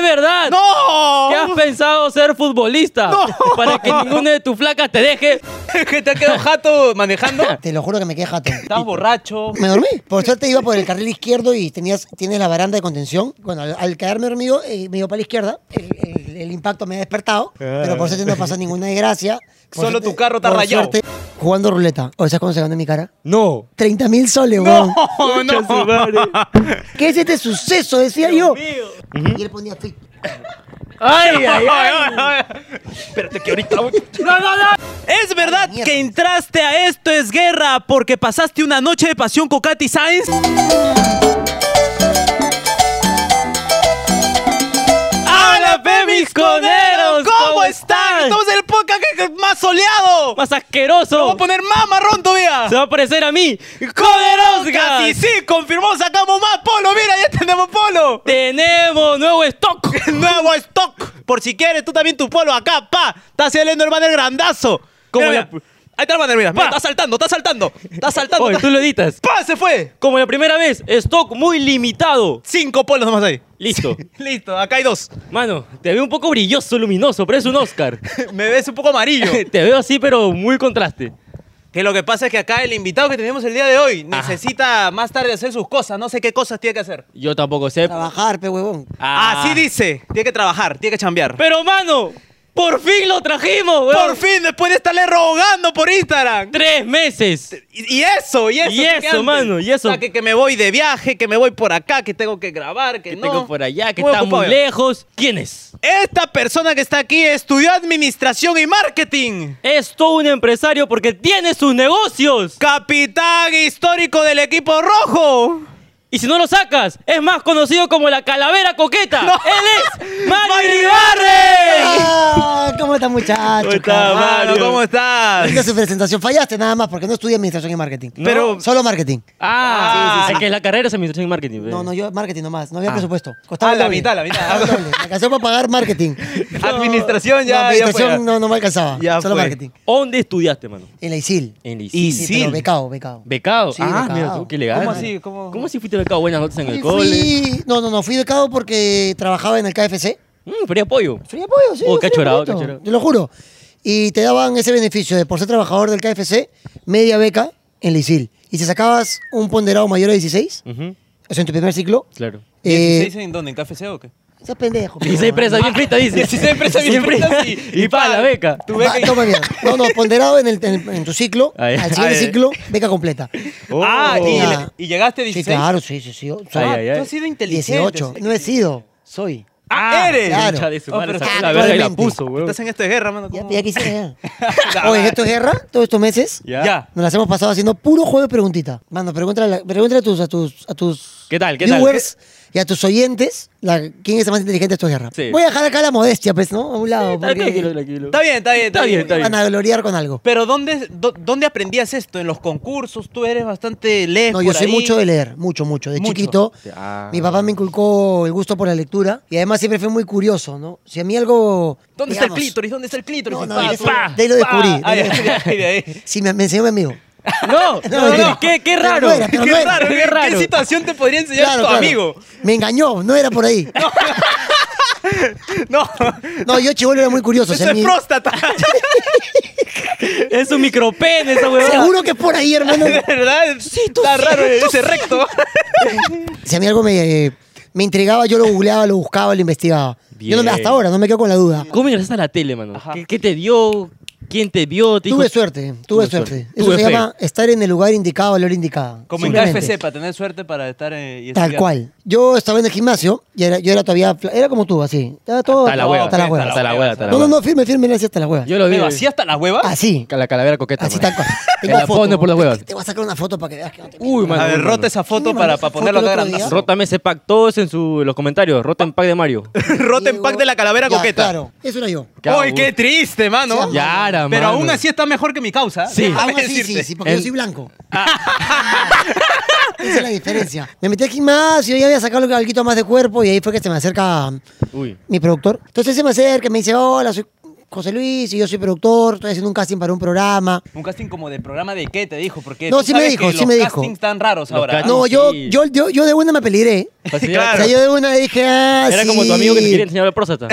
verdad. ¡No! ¿Qué has pensado ser futbolista? Para que ninguna de tus flacas te deje. ¿Que te ha quedado jato manejando? Te lo juro que me quedé jato. Estás borracho. Me dormí. Por suerte iba por el carril izquierdo y tenías, tienes la baranda de contención. Bueno, al, al caerme dormido, eh, me iba para la izquierda. El, el- el impacto me ha despertado. Pero por suerte no pasó ninguna desgracia. Por Solo tu suerte- carro está por rayado. suerte, jugando ruleta. O sea, cuando se ganó en mi cara. No. 30 mil soles, No, weón. no. ¿Qué es este suceso? Decía yo. Y él ponía fit. Ay, ay, ay. Espérate que ahorita voy. No, no, no. Es verdad Mierda. que entraste a esto es guerra porque pasaste una noche de pasión con Katy Sainz. ¡Hola, coneros! ¿Cómo están? Estamos en el podcast que- que más soleado. Más asqueroso. Vamos a poner más marrón todavía. Se va a parecer a mí. Casi ¡Coderosgas! sí, confirmó, sacamos más polo. Mira, ya tenemos polo. Tenemos nuevo stock. Nuevo stock. Por si quieres, tú también tu polo acá, pa. Está saliendo el banner grandazo. Como Mira, la- mira. Ahí está el banner, mira. mira, Pa. Está saltando, está saltando. Está saltando. Oye, está- tú lo editas. ¡Pa! Se fue. Como la primera vez, stock muy limitado. Cinco polos nomás ahí. Listo. Listo, acá hay dos. Mano, te veo un poco brilloso, luminoso, pero es un Oscar. Me ves un poco amarillo. te veo así, pero muy contraste. que lo que pasa es que acá el invitado que tenemos el día de hoy necesita más tarde hacer sus cosas. No sé qué cosas tiene que hacer. Yo tampoco sé. Trabajar, pe huevón. Ah. Así dice. Tiene que trabajar, tiene que chambear. Pero, mano, por fin lo trajimos, weón. Por fin, después de estarle rogando por Instagram. Tres meses. Y y eso, y eso. Y ¿qué eso, antes? mano, y eso. O sea, que, que me voy de viaje, que me voy por acá, que tengo que grabar, que, Que no. tengo por allá, que Muy está ocupado. muy lejos. ¿Quién es? Esta persona que está aquí estudió administración y marketing. Es todo un empresario porque tiene sus negocios. Capitán histórico del equipo rojo. Y si no lo sacas, es más conocido como la calavera coqueta. Él es Mario Mari Ibarre. Ah, ¿Cómo está, muchacho? ¿Cómo está, cabrón? Mario? Mano, ¿cómo estás? Linda su presentación. Fallaste nada más porque no estudié administración y marketing. Pero- Solo marketing. Ah, sí, sí, sí. es que la carrera es administración y marketing. No, no, yo marketing nomás. No había presupuesto. Costaba Ah, el la doble. mitad, la mitad. Costaba el doble. Me alcanzó para pagar marketing. Administración ya, no, ya fue. administración no, no me alcanzaba. Ya Solo fue. marketing. ¿Dónde estudiaste, mano? En la ISIL. En el Y- Sí, ISIL. pero becado, becado. ¿Becado? Sí, ah, becado. mira tú, qué legal. ¿Cómo man. así? ¿Cómo- si fuiste becado? Buenas notas en el Y cole. fui... No, no, no. Fui becado porque trabajaba en el KFC. Mm, fría pollo. Fría pollo, sí. Oh, yo qué fría chorado, pollito, qué chorado. Te lo juro. Y te daban ese beneficio de por ser trabajador del KFC, media beca en la ISIL. Y si sacabas un ponderado mayor a 16, Ujú, o sea, en tu primer ciclo, Claro. eh, ¿16 en dónde? ¿En KFC o qué? Estás pendejo. Y se presa bien frita, dice. 16 presas bien fritas y- Y para la beca. Tu beca Va, y- toma mierda. No, no, ponderado en, el- en- en tu ciclo, Ah, ya. al Ah, siguiente ya. ciclo, beca completa. Ah, y, Oh. le- y llegaste a Sí, 16. claro, sí, sí, sí. Soy Ay, ay, ay. Tú has sido inteligente. 18. No he sido, soy. Ah, eres. claro. Concha de su Oh, madre, pero sacó está- la verga y la actualmente. puso, weón. Estás en esta guerra, mano. Ya, ¿cómo? ya quisiera. ya. Oye, esto es guerra, todos estos meses. Ya. Ya. Nos las hemos pasado haciendo puro juego de preguntita. Mano, pregúntale, a la- pregúntale a tus, a tus, a tus ¿Qué tal, qué tal? viewers y a tus oyentes la- quién es el más inteligente de estos guerras. Sí. Voy a dejar acá la modestia, pues, ¿no? A un lado. Está Tranquilo, porque tranquilo. Está bien, está bien, Está bien, está bien. van a gloriar con algo. Pero ¿dónde, do- ¿dónde aprendías esto? ¿En los concursos? ¿Tú eres bastante lees No, por yo soy ahí? mucho de leer, mucho, mucho. De Mucho. chiquito, Ah. mi papá me inculcó el gusto por la lectura y además siempre fue muy curioso, ¿no? Si a mí algo. ¿Dónde está el digamos, clítoris? ¿Dónde está el clítoris? No, no, Pa, de pa, eso- de ahí lo pa. descubrí, de ahí lo Ah, ya, descubrí. ya, ya, ya, ya. Sí, me, me enseñó mi amigo. No, no, mentira. no, qué, qué Pero raro. no era, pero Qué no era. raro, qué ¿qué, raro. ¿Qué situación te podría enseñar Claro, tu claro. amigo? Me engañó, no era por ahí. No, No, yo chivolo era muy curioso. o eso sea, es Pues mi- próstata. Es un micropene esa huevada. Seguro que es por ahí, hermano. De verdad, está raro ese recto. Si a mí algo me, me intrigaba, yo lo googleaba, lo buscaba, lo investigaba. Yo no me- Bien. hasta ahora no me quedo con la duda. ¿Cómo ingresaste a la tele, mano? ¿Qué, qué te dio? ¿Quién te vio? ¿Te dijo- Tuve suerte, tuve, suerte. Eso Tuve se fe. llama estar en el lugar indicado, a la hora indicada. Como en Simplemente. KFC, para tener suerte para estar eh, y Tal estudiar. cual. Yo estaba en el gimnasio y era, yo era todavía. fla- Era como tú, así. Estaba todo. Hasta la no, hueva. pues, Hasta la hueva. Hasta la hueva. hasta la No, no, hueva. no, firme, firme, así hasta la hueva. Yo "Ah, lo vi. ¿Pero así hasta la hueva? Así. Ca- La calavera coqueta. Así mano. tal cual. Te Tengo la Uh, pone por las huevas. Te voy a sacar una foto para que veas que no te miento. Uy, mano. a ver, mano. rota esa foto ¿Quién me para, mandó para esa ponerlo foto acá el otro grandazo. Rótame ese pack todos en, su, los comentarios. Roten pack de Mario. Rotten Pack de la calavera Ya, coqueta. Claro, eso era yo. Qué ¡Uy, qué aburrido. triste, mano! Sí, Yara, Pero mano. aún así está mejor que mi causa. Sí. Déjame Aún así, sí, decirte. sí, porque El- Ah. yo soy blanco. Esa es la diferencia. Me metí al gimnasio, ya había sacado algo más de cuerpo y ahí fue que se me acerca Uy. mi productor. Entonces se me acerca, me dice, hola, soy José Luis, y yo soy productor, estoy haciendo un casting para un programa. Un casting como de programa de qué te dijo, porque No, tú sí me sabes dijo, que sí los me dijo. castings están raros Los ahora. castings. Ah, No, sí. yo, yo, yo, yo de una me peligré. Fácil, Claro. O sea, yo de una dije, ah, Era sí. como tu amigo que te quería enseñar la próstata.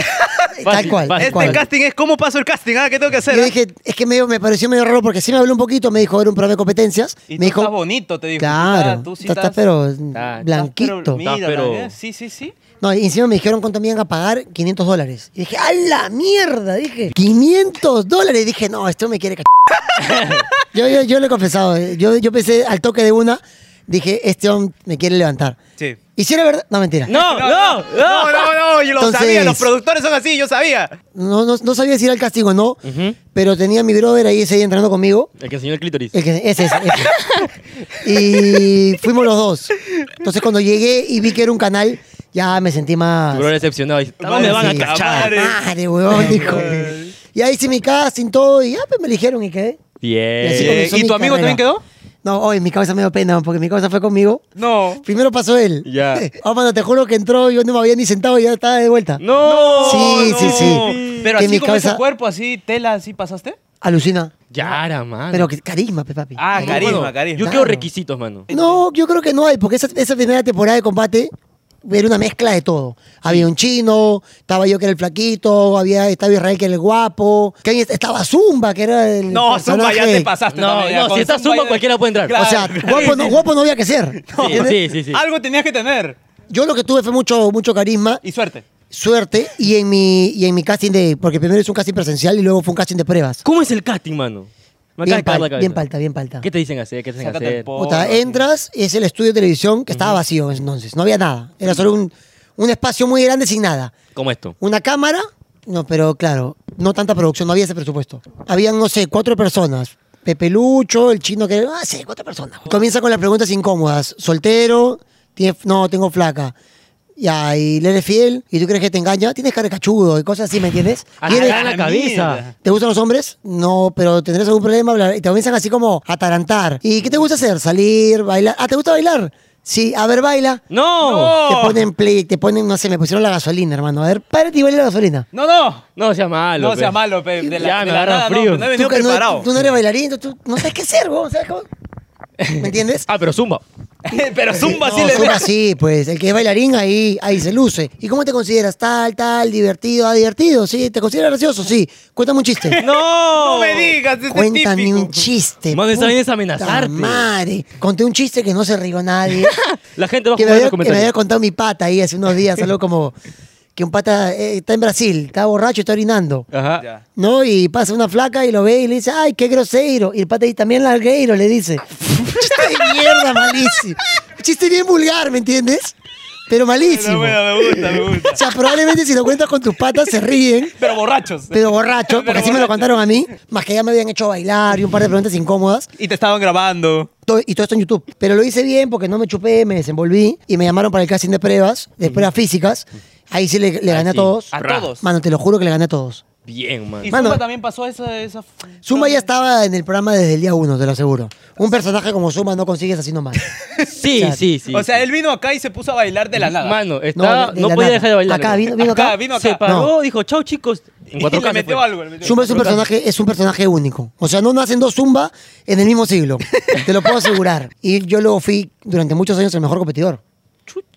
Fácil, cual, fácil, Este ¿Cuál? fácil. casting es cómo paso el casting, ah, ¿qué tengo que hacer? Yo ah? dije, es que medio- me pareció medio raro porque sí me habló un poquito, me dijo, era un programa de competencias. y tú me dijo, estás bonito, te dijo. ah, claro, tú estás, tú sí estás, estás- pero estás blanquito. Estás, pero, mira, pero- ¿eh? Sí, sí, sí. No, y encima me dijeron cuánto me iban a pagar, 500 dólares. Y dije, ¡a la mierda! Dije, ¡500 dólares! Dije, no, esto me quiere cachar. yo, yo, yo lo he confesado. eh. Yo, yo pensé al toque de una, dije, este hombre me quiere levantar. Sí. Y si era verdad, no, mentira. No, No, no, no. no, no, no, yo lo Entonces- sabía, los productores son así, yo sabía. no, no sabía si era el castigo o no, Ujú. pero tenía a mi brother ahí ese día entrenando conmigo. El que enseñó el clítoris. El que- ese, ese, ese. y fuimos los dos. Entonces cuando llegué y vi que era un canal, ya me sentí más... Tu brother decepcionado. dice, "¿A Madre, ¿Dónde van a sí. cachar? eh. Madre. Madre, huevón, dijo. Y ahí hice mi casting todo y ya pues, me eligieron y quedé. Eh, Y así Bien. comenzó ¿y mi tu amigo carrera. también quedó? No, hoy mi cabeza me dio pena porque mi cabeza fue conmigo. No. Primero pasó él. Ya. Ah, mano, te juro que entró, yo no me había ni sentado y ya estaba de vuelta. No. Sí, no. sí, sí. Pero Que así mi como cabeza- ese cuerpo, así, tela, así pasaste. Alucina. Yara, mano. Pero que- carisma, pe, papi. Ah, No, carisma, mano, carisma. Yo quiero Claro. requisitos, mano. No, yo creo que no hay, porque esa, esa primera temporada de combate era una mezcla de todo. Había un chino, estaba yo que era el flaquito, había estaba Israel que era el guapo, que ahí estaba Zumba, que era el. No, Zumba, ya te personaje. pasaste. No, también, ya, no, con si está Zumba, ya- cualquiera puede entrar. O sea, guapo no, guapo no había que ser. Sí, sí, sí, sí. Algo tenías que tener. Yo lo que tuve fue mucho, mucho carisma, Y suerte. suerte, y en mi, y en mi casting de. Porque primero es un casting presencial y luego fue un casting de pruebas. ¿Cómo es el casting, mano? Me acaba de Bien, caer pal- la cabeza. bien palta, bien palta. ¿Qué te dicen hacer? ¿Qué te dicen Sácate el hacer? po- Puta, Porra, entras, es el estudio de televisión que estaba vacío entonces, no había nada. Era solo un, un espacio muy grande sin nada. Como esto. Una cámara, no, pero claro, no tanta producción, no había ese presupuesto. Habían, no sé, cuatro personas. Pepe Lucho, el chino que... Ah, sí, cuatro personas. Comienza con las preguntas incómodas. Soltero, tiene- no, tengo flaca. Ya, y le eres fiel, y tú crees que te engaña, tienes cara de cachudo y cosas así, ¿me entiendes? Acá ¿Quieres- en la cabeza. mierda. ¿Te gustan los hombres? No, pero tendrás algún problema. bla, bla, y te comienzan así como a atarantar. ¿Y qué te gusta hacer? ¿Salir? ¿Bailar? ¿Ah, te gusta bailar? Sí, a ver, baila. No. No. Te ponen play, te ponen, no sé, me pusieron la gasolina, hermano. A ver, párate y baila la gasolina. No, no. No sea malo. pues. No sea pe. malo, pe. De la, Ya, de me la agarra nada, no, pues, frío. No, he venido que preparado. No, tú no eres bailarín, tú- tú no sabes qué hacer, vos. ¿Sabes cómo? ¿Me entiendes? Ah, pero Zumba. Pero Zumba sí No, le Zumba sí, pues el que es bailarín ahí, ahí se luce. ¿Y cómo te consideras? Tal, tal, divertido, ah, divertido, sí. ¿Te consideras gracioso? Sí. Cuéntame un chiste. No. No me digas, este Cuéntame típico. un chiste. Mano, esa puta vaina es amenazarte. Madre. Conté un chiste que no se rió nadie. La gente va a que, me jugar en los había, que me había comentarios. contado mi pata ahí hace unos días, algo como que un pata eh, está en Brasil, está borracho, está orinando. Ajá. Ya. ¿No? Y pasa una flaca y lo ve y le dice, ay, qué grosero. Y el pata ahí también largueiro le dice. chiste de mierda, malísimo. Chiste bien vulgar, ¿me entiendes? Pero malísimo. Pero bueno, me gusta, me gusta. O sea, probablemente si lo cuentas con tus patas se ríen, Pero borrachos. pero borracho, porque Pero así me lo borracho. contaron a mí, más que ya me habían hecho bailar y un par de preguntas incómodas. Y te estaban grabando. To- y todo esto en YouTube. Pero lo hice bien porque no me chupé, me desenvolví y me llamaron para el casting de pruebas, de pruebas físicas. Ahí sí le, le gané a sí. todos. A Ra. todos. Mano, te lo juro que le gané a todos. Bien, Y mano. Mano. Zumba también pasó esa... esa... Zumba ya estaba en el programa desde el día uno, te lo aseguro. Un personaje como Zumba no consigues así nomás. Sí, sea, sí, sí. O sea, él vino acá y se puso a bailar de la nada. Mano, No, de- está, de no la podía nada. dejar de bailar. Acá vino, vino acá. Acá, vino acá. Se paró, No. dijo, chau chicos. En Y cuatro le metió algo. le metió Zumba es algo. un personaje, es un personaje único. O sea, no nacen dos Zumba en el mismo siglo. Te lo puedo asegurar. Y yo luego fui durante muchos años el mejor competidor.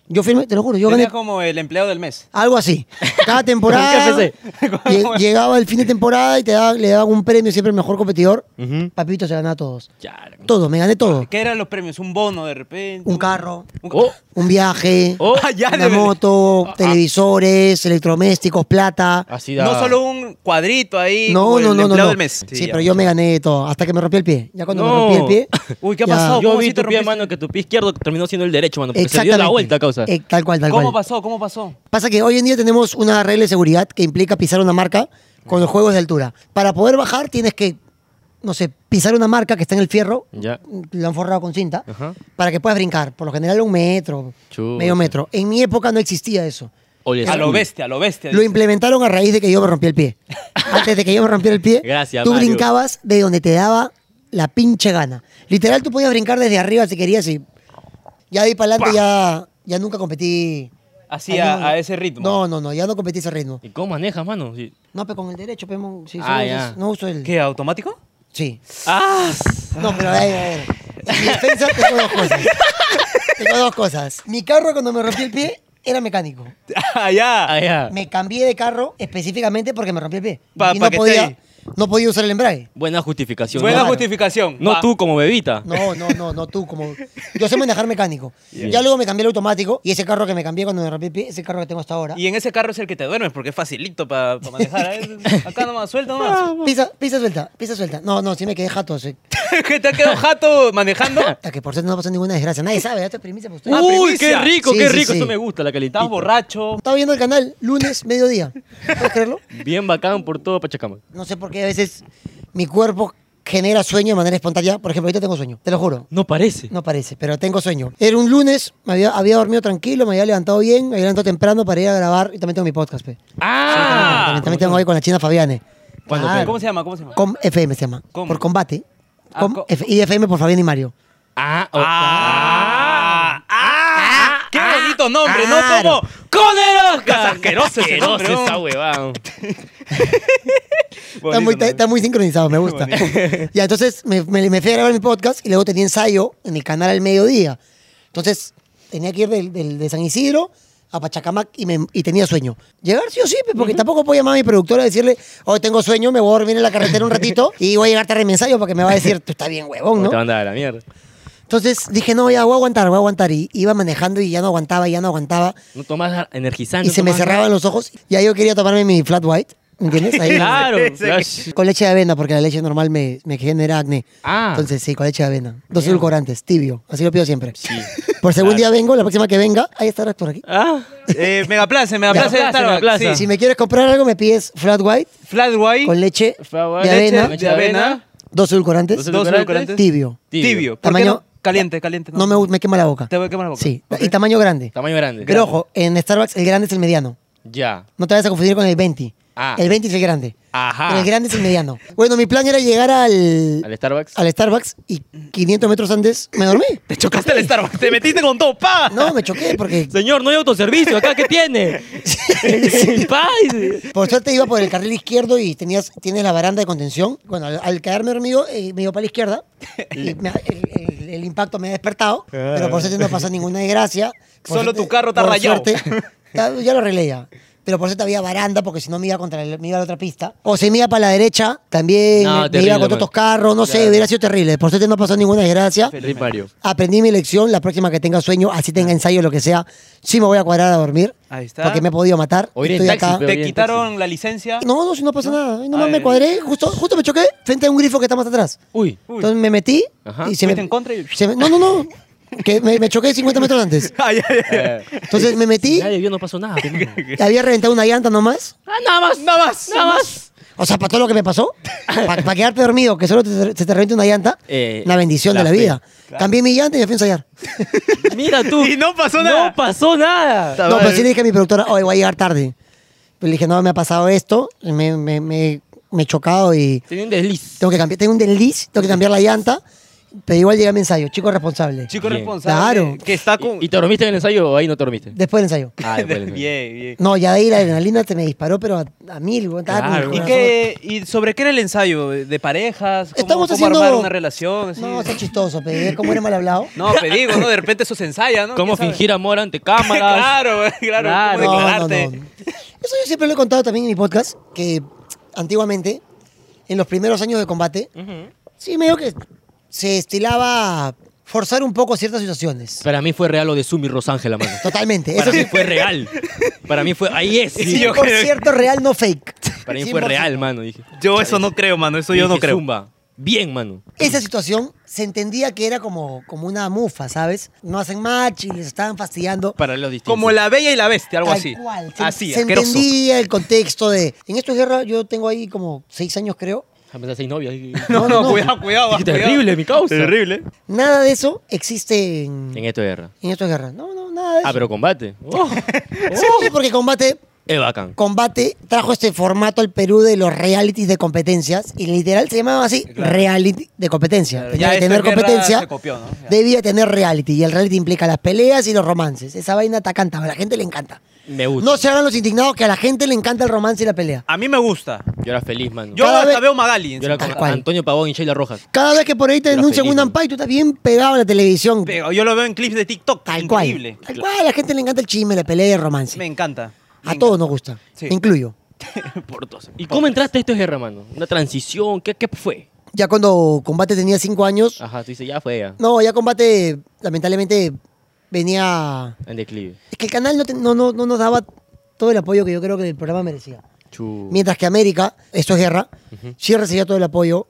Yo firmé, te lo juro, yo Tenía gané como el empleado del mes. Algo así. Cada temporada. KFC. lle- llegaba el fin de temporada y te daba- le daban un premio siempre el mejor competidor. Papito se ganaba todos. Yara. Todo, me gané todo. ¿Qué eran los premios? ¿Un bono de repente? Oh. Un carro, Un- Oh, un viaje, Oh, Ah, ya, una de verdad. Ah, moto, televisores, electrodomésticos, plata. así da. No solo un cuadrito ahí. Ah, como No, el no, no, no. empleado no. del mes. Sí, ya. pero yo me gané todo. Hasta que me rompí el pie. Ya cuando No. me rompí el pie. Uy, ¿qué ha ya- pasado? Yo ¿Cómo vi así tu te pie, rompiste? mano, que tu pie izquierdo terminó siendo el derecho, mano. Porque se Exactamente. dio la vuelta, causa. Eh, tal cual, tal ¿Cómo cual. pasó? ¿Cómo pasó? Pasa que hoy en día tenemos una regla de seguridad que implica pisar una marca con los juegos de altura. Para poder bajar tienes que, no sé, pisar una marca que está en el fierro, Ya. lo han forrado con cinta, Ajá. para que puedas brincar. Por lo general un metro, Chuta. medio metro. En mi época no existía eso. Oye, A lo sí. bestia, a lo bestia. Lo implementaron a raíz de que yo me rompí el pie. Antes de que yo me rompiera el pie, Gracias, tú Mario. brincabas de donde te daba la pinche gana. Literal, tú podías brincar desde arriba si querías y ya de ahí para adelante ya, ya nunca competí. ¿Ah, así Ah, a, no, no. a ese ritmo. No, no, no, ya no competí ese ritmo. ¿Y cómo manejas, mano? Sí. No, pero con el derecho, pe, mon. Sí, Ah, solo ya. es- no uso el... ¿Qué, automático? Sí. ¡Ah! No, pero a ver, a ver. En mi defensa tengo dos cosas. Tengo dos cosas. Mi carro cuando me rompí el pie era mecánico. ah, ya. Ah, ya. Me cambié de carro específicamente porque me rompí el pie. Pa- y pa no que esté podía, ahí. no podía usar el embrague. Buena justificación. Buena ¿no? justificación. No Va. tú como bebita. No, no, no, no tú, como... Yo sé manejar mecánico. Ya luego me cambié el automático y ese carro que me cambié cuando me rompí el pie, ese carro que tengo hasta ahora. Y en ese carro es el que te duermes porque es facilito para manejar. ¿eh? Acá nomás, suelta nomás. Pisa, pisa suelta, pisa suelta. No, no, sí me quedé jato. sí. que te ha quedado jato manejando. Hasta que por suerte no pasó ninguna desgracia. Nadie sabe, esto es primicia para ustedes. Ah, Uy, qué primicia. rico, Sí, qué sí, rico. sí. Eso me gusta, la calentita. Estás borracho. Estaba viendo el canal lunes, mediodía. ¿Puedes creerlo? Bien bacán por todo Pachacama. No sé por qué a veces mi cuerpo genera sueño de manera espontánea. Por ejemplo, ahorita tengo sueño, te lo juro. No parece. No parece, pero tengo sueño. Era un lunes, me había, había dormido tranquilo, me había levantado bien, me había levantado temprano para ir a grabar y también tengo mi podcast. pe. ¡Ah! también, también tengo ahí con la China Fabiane. ¿Cuándo, Claro. pe? ¿Cómo se llama? ¿Cómo se llama? Com FM se llama. Com. Por combate. Ah, Com co- F- y FM por Fabián y Mario. ¡Ah! ¡Ah! ¡Ah! ¡Qué bonito nombre! ah, ¡No claro. como! ¡Conero! asqueroso ese nombre, ¿no? esa huevada. Está muy, Bonito nombre. está muy sincronizado, me gusta. ya, entonces me, me- me fui a grabar mi podcast y luego tenía ensayo en el canal al mediodía. Entonces tenía que ir del, del- de San Isidro a Pachacamac y, me- y tenía sueño. Llegar sí o sí, pe, porque tampoco puedo llamar a mi productora a decirle, hoy tengo sueño, me voy a dormir en la carretera un ratito y voy a llegar tarde a mi ensayo porque me va a decir, tú estás bien huevón, Te ¿no? van a dar la mierda. Entonces dije, no, ya voy a aguantar, voy a aguantar. Y iba manejando y ya no aguantaba, ya no aguantaba. No tomas energizante. Y se me cerraban los ojos. Ya yo quería tomarme mi flat white, ¿entiendes? Ahí. Claro. Sí, sí. flash. Con leche de avena, porque la leche normal me, me genera acné. Ah. Entonces, sí, con leche de avena. Dos edulcorantes, tibio. Así lo pido siempre. Por segundo Claro. día vengo, la próxima que venga, ahí estarás por aquí. ¡Ah! Eh, Megaplaza, Megaplaza de Megaplaza, Starbucks. Megaplaza. sí. Si me quieres comprar algo, me pides flat white Flat white, con leche de Leche, avena, leche de avena, dos edulcorantes, dos dos edulcorantes. tibio. tibio. Tibio. ¿Por qué Tamaño- no? Caliente, caliente. No me, me quema la boca. Te voy a quemar la boca. Sí, y tamaño grande. Tamaño grande. Pero ojo, en Starbucks el grande es el mediano. Ya. No te vayas a confundir con el 20. Ah. El 20 es el grande. Ajá. Pero el grande es el mediano. Bueno, mi plan era llegar al, Al Starbucks. al Starbucks y 500 metros antes me dormí. Te chocaste al Starbucks, te metiste con todo, pa. No, me choqué porque Señor, no hay autoservicio. ¿Acá qué tiene? Pa, dice. Por suerte iba por el carril izquierdo y tenías, tienes la baranda de contención. Bueno, al, al quedarme dormido, eh, me iba para la izquierda. y me- el, el- el impacto me ha despertado. Pero por suerte no pasó ninguna desgracia. Por Ah. Solo suerte- tu carro está por rayado. suerte- ya, ya lo arreglé ya. Pero por suerte había baranda, porque si no me iba contra el- me iba a la otra pista. O si me iba para la derecha, también No, me terrible, iba contra man. pues. otros carros, no sé, hubiera sido terrible. Por suerte no pasó ninguna desgracia. Feliz Mario. Aprendí mi lección, la próxima que tenga sueño, así tenga ensayo, lo que sea, sí me voy a cuadrar a dormir. Ah. Ahí está. Porque me he podido matar. O ir en Estoy taxi, acá. pero Te bien, quitaron la licencia. No, no, si no pasa nada. Ay, Nomás Ah, me ya. cuadré, justo, justo me choqué frente a un grifo que está más atrás. Uy. Uy. Entonces me metí Ajá. y se me, Fuiste en contra y- se me- No, no, no. Que me, me choqué 50 metros antes. Ay, ay, ay. Eh, Entonces me metí, Nadie vio, no pasó nada. pe, mano. había reventado una llanta nomás. Ah, nada más. Nada más. Nada más. O sea, para todo lo que me pasó, para quedarte dormido, que solo te- se te reviente una llanta, Eh, una bendición la de la fe. vida. Cambié mi llanta y me fui a ensayar. Mira tú. Y no pasó nada. No pasó nada. Está No, pero mal. sí le dije a mi productora, hoy voy a llegar tarde. Pero le dije, no, me ha pasado esto, me, me, me, me he chocado y Tenía un desliz. tengo que cambiar, tengo un desliz, tengo que cambiar la llanta, pero igual llegué a mi ensayo, chico responsable. Chico Bien. responsable. Claro. Que está con. ¿Y, y te dormiste en el ensayo o ahí no te dormiste? Después del ensayo. Ah, después del ensayo. Ah, bien, bien. No, ya de ahí la adrenalina te me disparó, pero a, a mil, güey. estaba Claro. con el ¿Y, corazón- qué, ¿Y sobre qué era el ensayo? ¿De parejas? ¿Cómo, Estamos cómo haciendo- armar una relación? así? No, está chistoso, pero como era mal hablado. No, pero digo, ¿no? De repente eso se ensaya, ¿no? ¿Cómo ¿Quién sabe? fingir amor ante cámaras? claro, güey, claro. Claro. ¿Cómo No, no, no. Ah, declararte? Eso yo siempre lo he contado también en mi podcast, que antiguamente, en los primeros años de combate, sí medio que se estilaba forzar un poco ciertas situaciones. Para mí fue real lo de Sumi Rosángela, mano. Totalmente. Para Eso mí sí, fue real. Para mí fue. Ahí es. Sí, yo- por creo- cierto, real, no fake. Para mí fue 100%. real, mano. Dije. Yo eso no creo, mano. Eso yo no Dije, creo. Zumba. Bien, mano. Esa situación se entendía que era como, como una mufa, ¿sabes? No hacen match y les estaban fastidiando. Para los distintos. Como la bella y la bestia, algo Tal así. cual. Se, Así, se asqueroso. entendía el contexto de. En esta guerra yo tengo ahí como seis años, creo. Ah, pensé, seis novias. Dije, No, No, no, no. cuidado, cuidado. Dije, cuidado. terrible, mi causa. Terrible. Nada de eso existe en, En Ah, esto de guerra. en esta guerra. No, no, nada de eso. Ah, pero combate. Oh. Sí, porque combate Es bacán. Combate trajo este formato al Perú de los realities de competencias y literal se llamaba así Claro. reality de competencia. Claro, Tenía ya que esto tener en guerra competencia, se copió, ¿no? Ya. debía tener reality y el reality implica las peleas y los romances. Esa vaina te canta, a la gente le encanta. Me gusta. No se hagan los indignados que a la gente le encanta el romance y la pelea. A mí me gusta. Yo era feliz, mano. Yo Cada hasta vez- veo Magali. en Yo era su- con cual. Antonio Pavón y Sheila Rojas. Cada vez que por ahí te Era denuncian feliz, un ¿no? ampay, tú estás bien pegado a la televisión. Pero Yo lo veo en clips de TikTok. Tal Increíble. cual. Tal cual, a la gente le encanta el chisme, la pelea y el romance. Me encanta. Me a encanta. todos nos gusta. Sí. Me Incluyo. Por dos. ¿Y cómo entraste a esto es guerra, mano? Una transición. ¿Qué, qué fue? Ya cuando Combate tenía cinco Ah. años, Ajá, tú dices, ya fue ya. no, ya Combate lamentablemente venía... En declive. Es que el canal no, te- no, no, no nos daba todo el apoyo que yo creo que el programa merecía. Chu. Mientras que América, esto es guerra, sí recibía todo el apoyo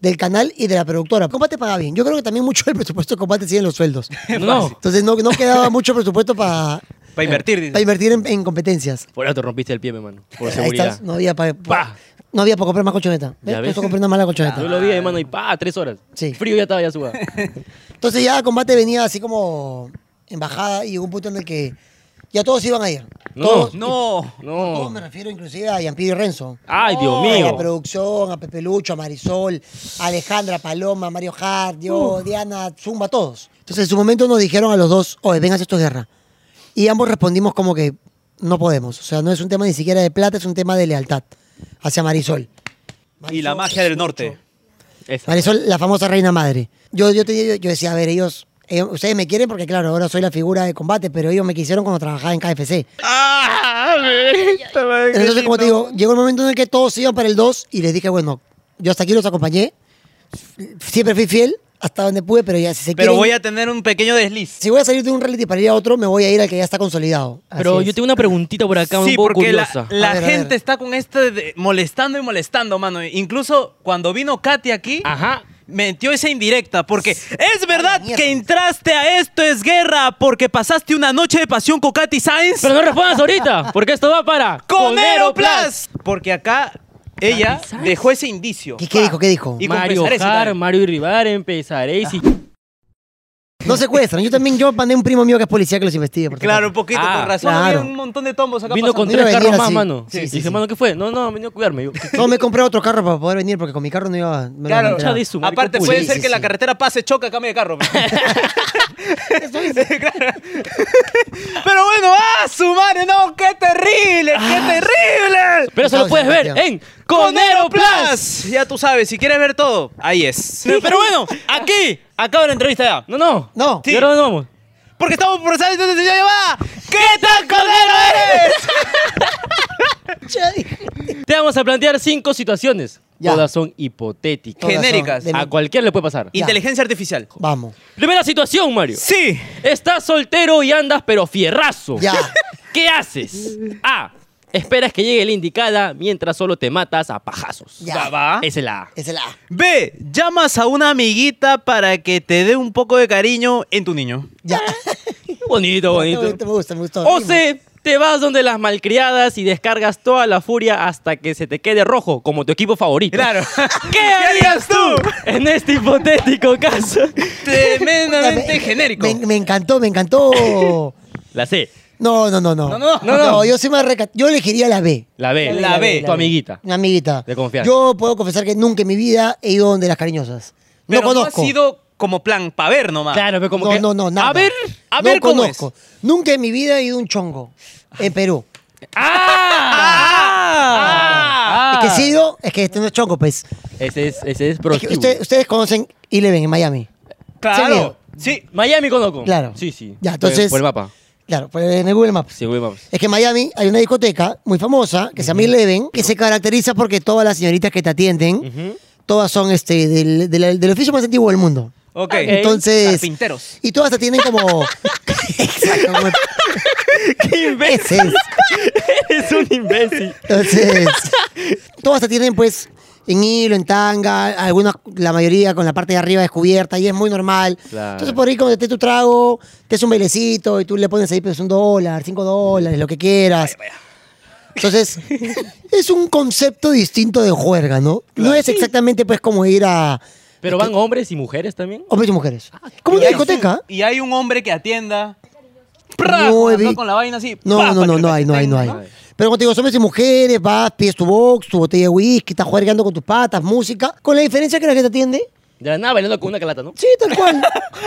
del canal y de la productora. Combate paga bien. Yo creo que también mucho del presupuesto de Combate sigue en los sueldos. No. Entonces no, no quedaba mucho presupuesto para Para invertir, dice. invertir en, en competencias. Por ahora te rompiste el pie, mi mano. Por Ahí seguridad. estás, no había para Pa. no había para comprar más colchoneta. ¿Ves? Ya Por ves. eso compré una mala colchoneta. Yo lo vi, hermano, y pa, tres horas. Sí. Frío ya estaba ya subado. Entonces ya combate venía así como en bajada y llegó un punto en el que ya todos iban a ir. No, todos, No. Todos No. me refiero inclusive a Yampiro y Renzo. Ay, Dios A la mío. producción, a Pepe Lucho, a Marisol, a Alejandra, Paloma, Mario Hart, yo, Diana, Zumba, todos. Entonces en su momento nos dijeron a los dos, oye, vengan esto es guerra. Y ambos respondimos como que no podemos. O sea, no es un tema ni siquiera de plata, es un tema de lealtad hacia Marisol. Y la Marisol magia del es norte. mucho. Esa. Marisol, la famosa reina madre. Yo, yo, tenía- yo- yo decía, a ver, ellos, ellos- ustedes me quieren porque, claro, ahora soy la figura de combate, pero ellos me quisieron cuando trabajaba en KFC. Entonces, como te digo, llegó el momento en el que todos iban para el 2 y les dije, bueno, yo hasta aquí los acompañé. Siempre fui fiel hasta donde pude, pero ya si se Pero quieren- voy a tener un pequeño desliz. Si voy a salir de un reality para ir a otro, me voy a ir al que ya está consolidado. Así Pero es. yo tengo una preguntita por acá un Sí, poco porque la, curiosa. la A ver, a ver. gente está con este de- molestando y molestando, mano. Incluso cuando vino Katy aquí, Ajá. metió esa indirecta. Porque es verdad mierda. que entraste a esto es guerra porque pasaste una noche de pasión con Katy Sainz. Pero no respondas ahorita, porque esto va para ¡Con Aeroplas! Porque acá ella dejó ese indicio. ¿Qué, qué dijo? ¿Qué dijo? Y Ah. Mario confesaré, Jar, Zidane. Mario Rivar, empezaréis y... No secuestran. Yo también, yo mandé un primo mío que es policía que los investigue. por si Claro, acaso. un poquito, Ah, con razón. claro. había un montón de tombos acá Vino pasando. con Mira, tres carros venía más, así. mano. Sí, Y sí, dije, sí. mano, ¿qué fue? No, no, venía a cuidarme. Yo, ¿qué- No, me compré otro carro para poder venir porque con mi carro no iba. no iba a Claro. entrar. Chadi, su- Aparte, Marco puede Puri. ser Sí, que sí, la sí. carretera pase, choca, cambie de carro. pues. Claro. Pero bueno, ¡ah, su madre! ¡No, qué terrible! ¡Qué terrible! Pero eso lo Chao, puedes ver Sebastián. en Con Aeroplas. Plus. Ya tú sabes, si quieres ver todo, ahí es. Pero bueno, aquí acaba la entrevista ya. No, no. No. ¿Y ahora dónde vamos? Porque estamos por salir de ya llamada. ¿Qué tan conero eres? Chadi. Te vamos a plantear cinco situaciones. Ya. Todas son hipotéticas. Todas son Genéricas. de mi- A cualquiera le puede pasar. Ya. Inteligencia artificial. Vamos. Primera situación, Mario. Sí. Estás soltero y andas pero fierrazo. Ya. ¿Qué haces? A. Esperas que llegue la indicada mientras solo te matas a pajazos. Ya. Va, va. Esa es la A. Es el A. B. Llamas a una amiguita para que te dé un poco de cariño en tu niño. Ya. Bonito, Me bonito. Oh, gusta, Ah, me gusta, me gusta. O C. Te vas donde las malcriadas y descargas toda la furia hasta que se te quede rojo, como tu equipo favorito. ¿Qué harías tú en este hipotético caso? Tremendamente Me- genérico. Me, me encantó, me encantó. La C. No, no, no, no. No, no, no. No, no. yo sí me reca- Yo elegiría la B. La B. La B. Tu amiguita. Una amiguita. De confianza. Yo puedo confesar que nunca en mi vida he ido donde las cariñosas. Pero no conozco. ha sido como plan para ver nomás. Claro, pero como Ah. no, que... no, no, nada. A ver, a no ver cómo conozco. Nunca en mi vida he ido a un chongo en Perú. es. ¡Ah! Es que sí he ido, es que este no es chongo, pues. Ese es, ese es Es que prostíbulo. usted- ustedes conocen Eleven en Miami. Claro. Sí. Miami conozco. Claro. Sí, sí. Ya, entonces- Por, por el mapa. Claro, pues en el Google Maps. Sí, Google Maps. Es que en Miami hay una discoteca muy famosa que se llama Eleven, que se caracteriza porque todas las señoritas que te atienden, todas son este del, del- del oficio más antiguo del mundo. Ok. Ok. Entonces. Carpinteros. Y todas te atienden como. Exacto, como- ¡Qué imbécil! Ese es. Eres un imbécil. Entonces, todas te tienen pues en hilo, en tanga, algunas, la mayoría con la parte de arriba descubierta y es muy normal. Claro. Entonces por ahí cuando te tu trago, te es un bailecito y tú le pones ahí pues un dólar, cinco dólares, lo que quieras. Entonces, es un concepto distinto de juerga, ¿no? No es exactamente pues como ir a Pero van hombres y mujeres también. hombres y mujeres. Como una Y hay- discoteca. Y hay un hombre que atienda. No, No, Evi. con la vaina así. No, pa, no, pa' no, que no la hay, no hay, no hay. tenga, Pero como te digo, hombres y mujeres, vas, pides tu box, tu botella de whisky, estás juergando con tus patas, música. Con la diferencia que la que te atiende Ya nada, bailando con una calata, ¿no? Sí, tal cual.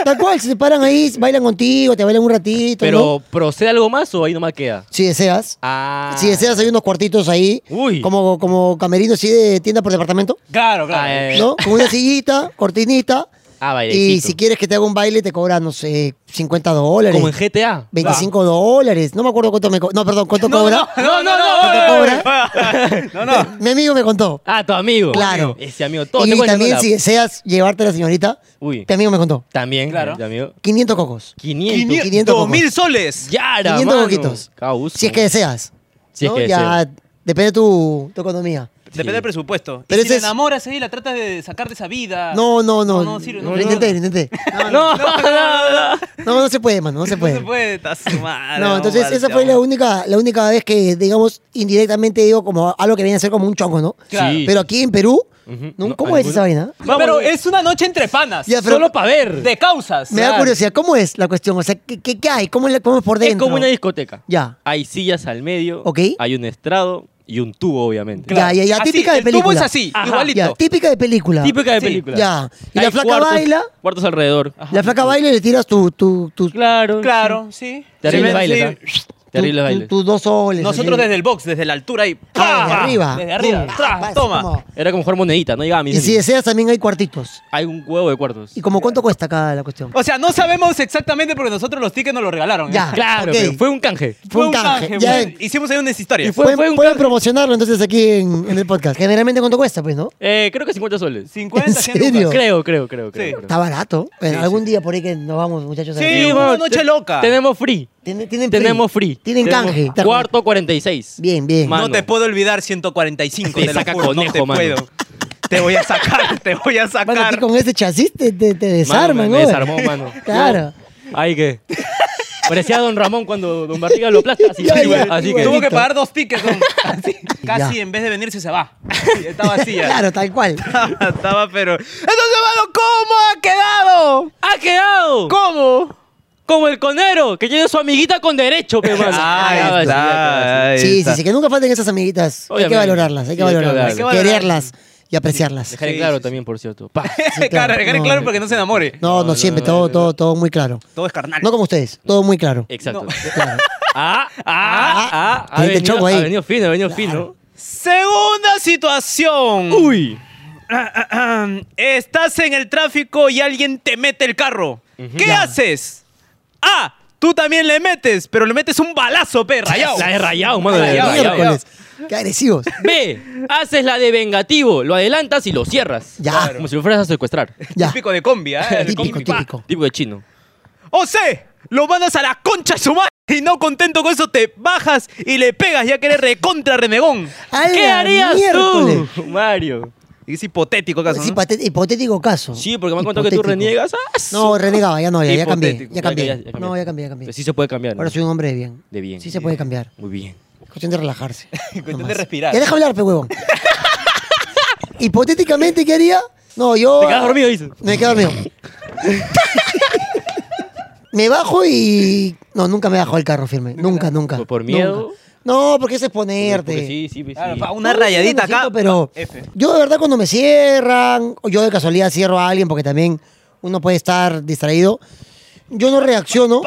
tal cual. Se paran ahí, bailan contigo, te bailan un ratito. Pero, ¿no? ¿procede algo más o ahí nomás queda? Si deseas. Ah. Si deseas, hay unos cuartitos ahí. Uy. Como, como camerino así de tienda por departamento. Claro, Ah, claro. eh. ¿No? Con una sillita, cortinita. Ah, bailecito. Y si quieres que te haga un baile, te cobran, no sé, 50 dólares. Como en GTA. 25 dólares. No me acuerdo cuánto me co- No, perdón, ¿cuánto cobra? No, no, ¿Cuánto no. cobra? eh, No, no. Mi amigo me contó. Ah, tu amigo. Claro. Ese amigo. Todo y te cuentan, también ¿no? La- si deseas llevarte a la señorita, Uy. mi amigo me contó. También, Claro. tu amigo. 500 cocos. 500. 500 500 500 mil soles. Yara, 500 mano. coquitos. Causa. Si es que deseas. Si es ¿no? que ya deseas. depende de tu, tu economomía. Depende del presupuesto. Pero Pero si ese te es- enamoras ahí, la tratas de sacar de esa Ah. vida. No, no, no. No, no sirve, no, lo no, intenté, no. lo intenté. No, no, no. no. No, no se puede, mano, no se No puede. se puede, está su madre. No, entonces vamos, esa vale, fue la vamos. única, la única vez que, digamos, indirectamente digo como algo que viene a ser como un chongo, ¿no? Claro. Sí. Pero aquí en Perú, Ujú. ¿no? No, ¿cómo es alguno- esa vaina? Vamos, Pero vamos. es una noche entre panas. Ya, pero- Solo para ver. De causas. Me da Claro. curiosidad, ¿cómo es la cuestión? O sea, ¿qué, qué, qué hay? ¿Cómo es, la- cómo es por Es dentro? como una discoteca. Ya. Hay sillas al medio. Ok. Hay un estrado y un tubo, obviamente. Claro. Ya, ya, ya, Así, típica de el tubo película. es así, Ajá. igualito. Ya, típica de película. Típica de Sí. película. Ya. Y Hay la flaca cuartos- baila. Cuartos alrededor. La flaca baila y le tiras tu, tu, tu, Claro. Claro, sí. Terrible Sí, baile. sí. Terrible tu- baile. tus dos soles. Nosotros así. desde el box, desde la altura ahí. Ah, desde ¡pa! arriba. Desde arriba. Pum. Tra, Ah, es toma. como- Era como jugar monedita, no llegaba a mi Y si deseas también hay cuartitos. Hay un huevo de cuartos. ¿Y como cuánto cuesta cada la cuestión? O sea, no sabemos exactamente porque nosotros los tickets nos los regalaron. ¿eh? Ya. Claro, ok. pero fue un canje. Fue un canje. Ya, fue- Hicimos ahí unas historias. Y fue- pueden un pueden canje. promocionarlo entonces aquí en, en el podcast. Generalmente cuánto cuesta, pues, ¿no? Eh, creo que 50 soles. 50, ¿En 100 serio? lucas. Creo, creo, creo, creo. Sí. creo. Está barato. Bueno, sí. algún día por ahí que nos vamos, muchachos. Sí, a- una bueno, noche te- loca. Tenemos free. Tienen, tienen free. Tenemos free. Tienen Tenemos canje. Está- Cuarto 46. Bien, bien. Mano. No te puedo olvidar 145. Te Te, lo saca juro, conejo, no te mano. puedo. Te voy a sacar, te voy a Mano, a ti sacar. con ese chasis te, te, te desarman, me- ¿no? me desarmó, mano. Claro. Ay, que. Parecía Don Ramón cuando Don Barriga lo aplasta. Así, Ya, sí, ya, güey. Así que. igualito. Tuvo que pagar dos tickets. ¿no? Así. Casi Ya. en vez de venirse se va. Estaba así ya. Claro, tal cual. Estaba, pero. Entonces, mano, ¿cómo ha quedado? ¡Ha quedado! ¿Cómo? Como el conero, que tiene su amiguita con derecho, pe, mano. Ah, Ahí sí, ya, está. ahí Sí, sí, está. sí, que nunca falten esas amiguitas. Hay que Obviamente. valorarlas, hay Sí, que hay que valorarlas. valorarlas. Quererlas y apreciarlas. Dejar en Sí, claro sí, sí. también, por cierto. Pa. Sí, claro. Cara, dejar en No, claro no. para que no se enamore. No, no, siempre, todo, todo, todo muy claro. Todo es carnal. No como ustedes, todo muy claro. Exacto. No. Claro. Ah, ah, ah. Ha Ahí te venido, choco ahí. ha venido fino, ha venido fino. Segunda situación. Ah, Uy. Estás en el tráfico y alguien te mete el carro. ¿Qué haces? A. Tú también le metes, pero le metes un balazo, perra. La de rayado, mano. La de Rayado, rayado. Este Miércoles. Qué agresivos. B. Haces la de vengativo, lo adelantas y lo cierras. Ya. Como si lo fueras a secuestrar. Ya. Típico de combi, ¿eh? De Típico, combi. típico. Tipo de chino. O C. Lo mandas a la concha de su madre y no contento con eso te bajas y le pegas ya que eres recontra renegón. ¡Hala, ¿Qué harías miércoles! tú, Mario? Es hipotético caso, Es ¿no? hipate- hipotético caso. Sí, porque me han contado que tú Hipotético. reniegas. ¡Ah, su- No, renegaba, ya no, ya, ya cambié. Hipotético. Ya cambié. ya cambiaste. No, ya cambié, ya cambié. Pues Sí se puede cambiar. ¿no? Ahora soy un hombre de bien. De bien. Sí se puede cambiar. Muy bien. Cuestión de relajarse. Cuestión nomás. de respirar. Ya deja hablar, pe huevón. Hipotéticamente, ¿qué haría? No, yo. Te quedas dormido, dices. Me quedo dormido. me bajo y. No, nunca me bajo del carro firme. Nunca, nunca. ¿Por- por miedo? Nunca. No, porque es Porque- exponerte. porque Sí, pues sí, sí. Claro, pa, No, una no, rayadita no lo acá. siento, pero F. yo de verdad cuando me cierran, o yo de casualidad cierro a alguien porque también uno puede estar distraído, yo no reacciono.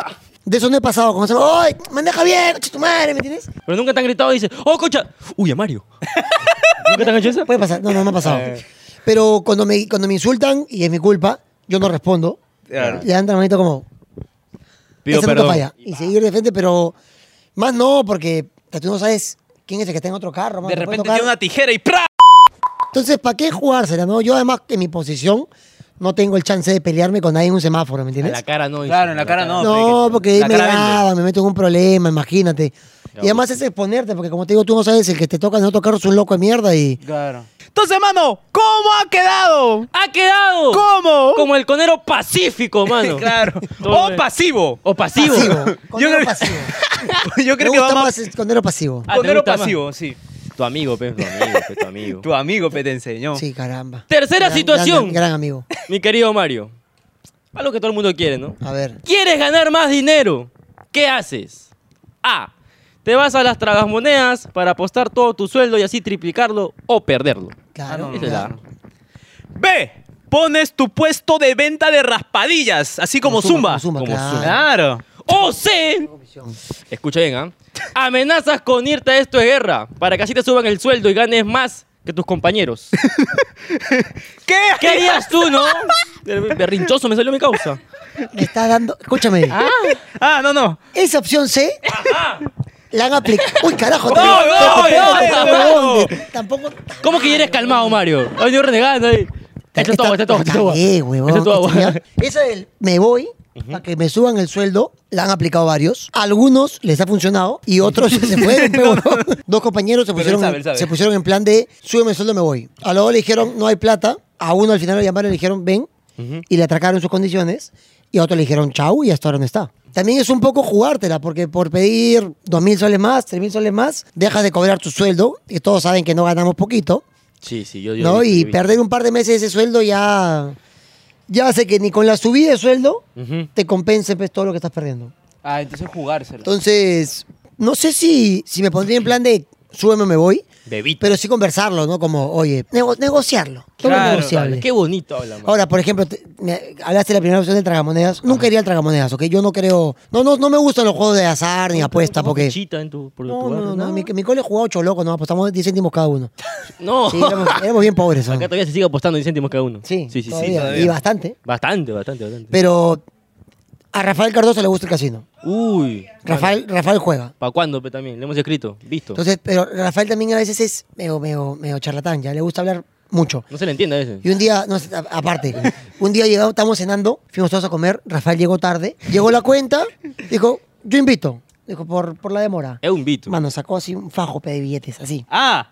De eso no he pasado. Como, ¡ay, maneja bien, coche tu madre! ¿Me entiendes? Pero nunca te han gritado y dices, ¡oh, concha! ¡Uy, a Mario! ¿Nunca te han hecho eso? Puede pasar. No, no, no ha pasado. Eh. Pero cuando me, cuando me insultan y es mi culpa, yo no respondo. Claro. Le dan la manito como, Pido ese perdón. nunca falla. Y seguir de frente, pero más no, porque o sea, tú no sabes quién es el que está en otro carro. mano, De te puede repente tocar. tiene una tijera y ¡pra! Entonces, ¿para qué jugársela, no? Yo además, en mi posición, no tengo el chance de pelearme con nadie en un semáforo, A ¿me entiendes? la cara no. dice. Claro, en la cara no. No, porque ahí La me cara vende. graban, me meto en un problema, imagínate. Y además es exponerte, porque como te digo, tú no sabes, el que te toca en otro carro es un loco de mierda y... Claro. Entonces, mano, ¿cómo ha quedado? ¡Ha quedado! ¿Cómo? Como el conero pacífico, mano. Claro. Todo O bien. pasivo. O pasivo. Pasivo, conero creo- pasivo. Yo creo Me que va gusta más. más el conero pasivo. Ah, ¿te Conero gusta más? pasivo, sí. Tu amigo, pe, tu amigo, pe, tu amigo. Tu amigo pe, te enseñó. Sí, caramba. Tercera Gran- situación. Gran, gran amigo. Mi querido Mario. Algo que todo el mundo quiere, ¿no? A ver. ¿Quieres ganar más dinero? ¿Qué haces? A. Te Te vas a las tragamonedas para apostar todo tu sueldo y así triplicarlo o perderlo. Claro. Esa es la- claro. B. Pones tu puesto de venta de raspadillas, así como, Zumba. como Zumba, Como claro. Claro. O C. Escucha bien, ¿ah? Amenazas con irte a esto de guerra para que así te suban el sueldo y ganes más que tus compañeros. ¿Qué? ¿Qué harías tú, no? Berrinchoso me salió mi causa. Me está dando. Escúchame. Ah, no, no. Esa opción C Ah. la han aplicado. Uy, carajo. ¡Voy, tampoco- voy, tampoco- voy, tampoco- voy! Tampoco. ¿Cómo que ya eres calmado, Mario? Has venido renegando ahí. Echa todo, echa todo, echa todo. Cagué, eh, huevón, Echa todo. ¿cachai? Esa del me voy. Para que me suban el sueldo, la han aplicado varios. Algunos les ha funcionado y otros se fueron. pe, huevón. Dos compañeros se Pero él pusieron, sabe, él sabe. se pusieron en plan de súbeme el sueldo, me voy. A los dos le dijeron no hay plata. A uno al final lo llamaron y le dijeron ven y le atracaron sus condiciones. Y a otro le dijeron chau y hasta ahora no está. También es un poco jugártela porque por pedir dos mil soles más, tres mil soles más, dejas de cobrar tu sueldo y todos saben que no ganamos poquito. Sí, sí, yo, yo ¿no? yo- Y yo- perder un par de meses ese sueldo ya. Ya hace que ni con la subida de sueldo Ujú. te compense pues, todo lo que estás perdiendo. Ah, entonces jugárselo. Entonces, no sé si, si me pondría en plan de súbeme, me voy, Bebito. pero sí conversarlo, ¿no? Como, oye, nego- negociarlo. Todo es Claro, negociable. Qué bonito habla, Mario. Ahora, por ejemplo, te- me- hablaste de la primera opción del tragamonedas. Nunca iría al tragamonedas, ¿ok? Yo no creo. No, no, no me gustan los juegos de azar ni apuesta ¿Cómo porque. fichita en tu- por tu No, no, barrio? no, no, Mi, mi cole jugaba ocho locos, no, apostamos 10 céntimos cada uno. No. Sí, éramos, éramos bien pobres. ¿no? Acá todavía se sigue apostando 10 céntimos cada uno. Sí, sí, sí. todavía. todavía. Y bastante. Bastante, bastante, bastante. Pero a Rafael Cardoso le gusta el casino. Uy. Rafael, Rafael juega. ¿Para cuándo pe, también? Le hemos escrito. Visto. Entonces, pero Rafael también a veces es medio, medio, medio charlatán, ya le gusta hablar mucho. no se le entiende a veces. Y un día, no, sé, a- aparte, un día llegamos, estábamos cenando, fuimos todos a comer, Rafael llegó tarde, llegó la cuenta, dijo, yo invito, dijo, por, por la demora. Es un vito. Mano, sacó así un fajo pe, de billetes, así. Ah.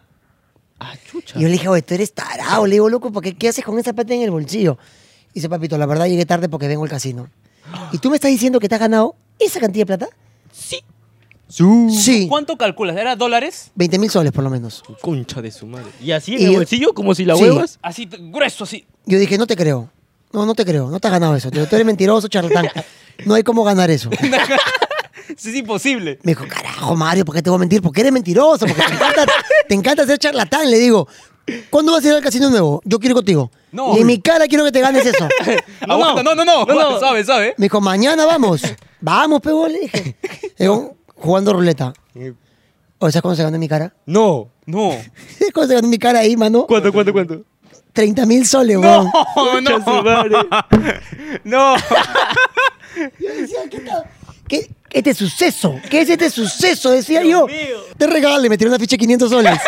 Ah, chucha. Y yo le dije, oye, tú eres tarado, le digo, loco, ¿por qué, qué haces con esa plata en el bolsillo? Y dice, papito, la verdad llegué tarde porque vengo al casino. ¿Y tú me estás diciendo que te has ganado esa cantidad de plata? Sí. Sí. ¿Cuánto calculas? ¿Era dólares? 20 mil soles por lo menos. Concha de su madre. Y así Y en el yo- bolsillo, como si la Sí. huevas. Así, t- grueso, así. Yo dije, no te creo. No, no te creo. No te has ganado eso. Tú eres mentiroso, charlatán. No hay cómo ganar eso. Es imposible. Me dijo, carajo, Mario, ¿por qué te voy a mentir? Porque eres mentiroso, porque te encanta, te encanta ser charlatán. Le digo, ¿cuándo vas a ir al casino nuevo? Yo quiero ir contigo. No. Y en mi cara quiero que te ganes eso. No, Aguanta, no, no, no. No, no. Sabe, sabe. Me dijo, mañana vamos. Vamos, pego, le dije. Digo, jugando ruleta. O sea, ¿cómo se ganó en mi cara? No. No. ¿Cómo se ganó en mi cara ahí, mano? ¿Cuánto, cuánto, cuánto? 30 mil soles, weón. No, no. No. Yo decía, ¿qué, está- qué- este suceso? ¿Qué es este suceso? Decía yo. mío. Te regale, me tiró una ficha de 500 soles.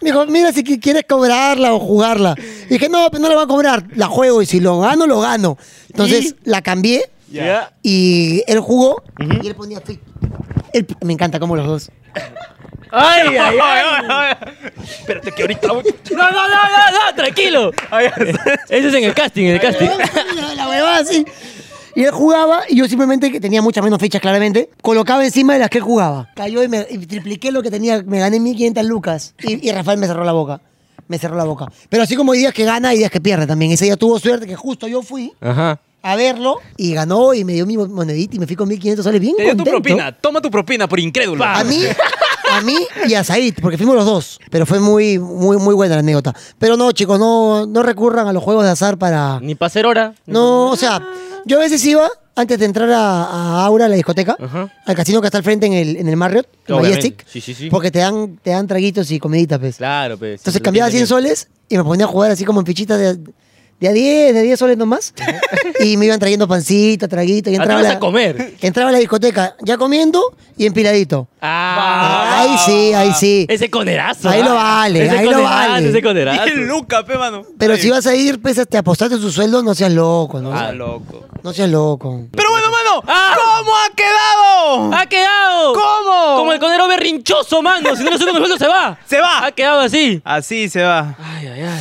Me dijo, mira si qui- quieres cobrarla o jugarla. Y dije, no, pues no la voy a cobrar. La juego y si lo gano, lo gano. Entonces la cambié Ya. y él jugó y él ponía fi- él- me encanta como los dos. Ay, ay, ay. Espérate que ahorita voy. No, no, no, no, no, tranquilo. Ay, Ese es en el casting, en el casting. la, la huevada así. Y él jugaba y yo simplemente, que tenía muchas menos fichas claramente, colocaba encima de las que él jugaba. Cayó y me y tripliqué lo que tenía, me gané 1500 lucas. Y, y Rafael me cerró la boca. Me cerró la boca. Pero así como hay días que gana, hay días que pierde también. Ese día tuvo suerte que justo yo fui Ajá. a verlo y ganó y me dio mi monedita y me fui con 1500 soles bien Te dio tu contento. propina. Toma tu propina por incrédulo. Pa. A mí, a mí y a Said, porque fuimos los dos. Pero fue muy, muy, muy buena la anécdota. Pero no, chicos, no, no recurran a los juegos de azar para, Ni para hacer hora. no, o sea, yo a veces iba antes de entrar a, a Aura, a la discoteca, Ajá. al casino que está al frente en el, en el Marriott, el Obviamente. Majestic, Sí, sí, sí. porque te dan, te dan traguitos y comiditas, pues. Claro, pues. Entonces cambiaba 100 soles y me ponía a jugar así como en fichitas de, de a 10, de 10 soles nomás. y me iban trayendo pancita, traguito. Y Ah, entraba te vas la- a comer. Entraba a la discoteca ya comiendo y empiladito. Ah. ahí sí, ahí sí. Ese conerazo. Ahí ah. lo vale, Ese ahí lo conerazo, vale. Ese conerazo. Bien Luca, pe, mano. Pero Ay, si vas a ir, pese a te apostaste su sueldo, no seas loco, ¿no? Ah, loco. No seas loco. Pero bueno, mano. Ah. ¿Cómo ha quedado? ¡Ha quedado! Ah. ¿Cómo? Como el conero berrinchoso, mano. Si no le sube con nosotros, se va. Se va. Ha quedado así. Así se va. Ay, ay, ay.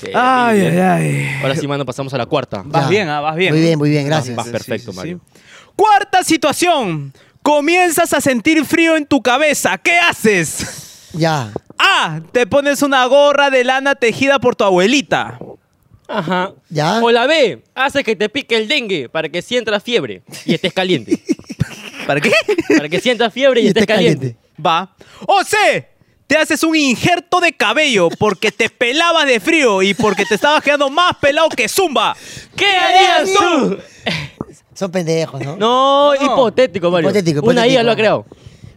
Qué Ay, ay, horrible. ay. Ahora sí, mano, pasamos a la cuarta. Vas Ya. bien, ah, vas bien. Muy bien, muy bien, gracias. Vas perfecto, Mario. Cuarta situación. Comienzas a sentir frío en tu cabeza. ¿Qué haces? Ya. A. Te pones una gorra de lana tejida por tu abuelita. Ajá. Ya. O la B, hace que te pique el dengue para que si entras fiebre y estés caliente. ¿Para qué? Para que sientas fiebre y, Y estés estés caliente. caliente. Va. O C. Te haces un injerto de cabello porque te pelabas de frío y porque te estabas quedando más pelado que Zumba. ¿Qué harías tú? Son pendejos, ¿no? No, No. hipotético, Mario. Hipotético, Una hipotético. IA lo ha creado.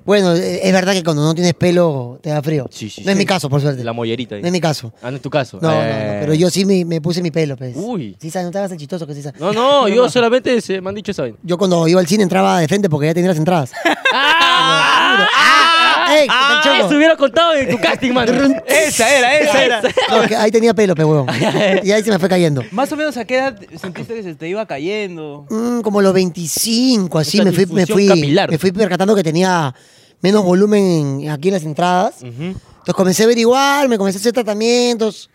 Bueno, eh, es verdad que cuando no tienes pelo te da frío. Sí, sí, no es sí. mi caso, por suerte. La mollerita. ahí. No es mi caso. Ah, no es tu caso. No, no, Eh. no, pero yo sí me, me puse mi pelo, pues. Uy. Sí, sabes, no te hagas el chistoso que sí sabes. No, no, yo solamente se me han dicho esa vaina. Yo cuando iba al cine entraba de frente porque ya tenía las entradas. ¡Ah! ¡Ah! ¡Ey, qué tal, Ah, chongo? Eso hubiera contado en tu casting, man. Esa era, esa era. No, que ahí tenía pelo, pues, huevón. Y ahí se me fue cayendo. Más o menos a qué edad sentiste que se te iba cayendo. Mm, como los 25, así Esa me fui, me, difusión fui, capilar. me fui percatando que tenía menos volumen en- aquí en las entradas. Entonces comencé a averiguar, me comencé a hacer tratamientos,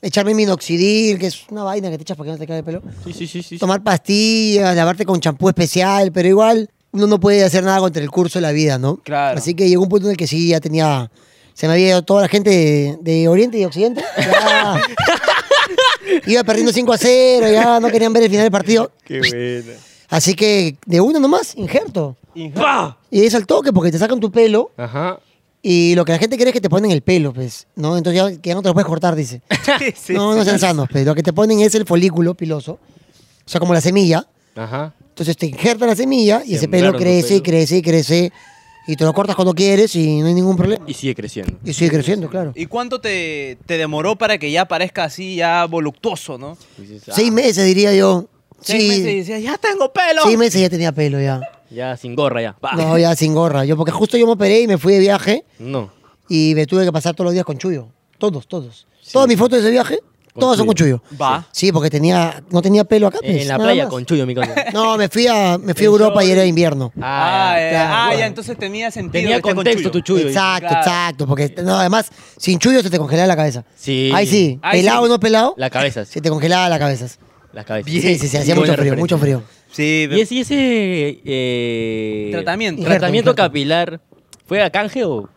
echarme minoxidil, que es una vaina que te echas para que no te caiga el pelo. Sí, sí, sí, sí. Tomar pastillas, lavarte con champú especial, pero igual uno no puede hacer nada contra el curso de la vida, ¿no? Claro. Así que llegó un punto en el que sí, ya tenía... Se me había ido toda la gente de, de Oriente y Occidente. Ya. Iba perdiendo 5 a 0, ya no querían ver el final del partido. Qué buena. Así que de uno nomás, injerto. ¡Pah! Y es al toque porque te sacan tu pelo Ajá. y lo que la gente quiere es que te ponen el pelo, pues, ¿no? Entonces ya, que ya no te lo puedes cortar, dice. no, no sean sanos, pues. Lo que te ponen es el folículo piloso, o sea, como la semilla. Ajá. Entonces te injertan la semilla y ese pelo Sembraron tu crece y pelo. crece y crece y te lo cortas cuando quieres y no hay ningún problema. Y sigue creciendo. Y sigue creciendo, claro. ¿Y cuánto te, te demoró para que ya parezca así, ya voluptuoso, no? Seis meses, diría yo. Seis sí, meses y decías, ya tengo pelo. seis meses ya tenía pelo ya. Ah, Ya sin gorra, ya. Ah. Pa. No, ya sin gorra. Yo, porque justo yo me operé y me fui de viaje. No. Y me tuve que pasar todos los días con Chuyo. Todos, todos. Todas mis fotos de ese viaje, todas son con Chuyo. Chuyo. Va. Sí, porque tenía, no tenía pelo acá. pues, En la nada playa más. con Chuyo, mi cosa. No, me fui a, me fui a Europa y era invierno. Ah, ya. eh, claro, ah, bueno. ya, entonces tenía sentido. este que Tenía esté con contexto tu Chuyo. Chuyo. exacto, claro. exacto. Porque no, además, sin Chuyo se te congelaba la cabeza. Sí. Ahí sí, Ahí pelado sí. o no pelado, La cabeza, sí. se te congelaba la cabeza. La cabeza. Sí, sí, sí, hacía Buena mucho frío, referencia. mucho frío. Sí, ¿Y ese, y ese, eh, Tratamiento. tratamiento Injerto, injerto. capilar fue a canje o...?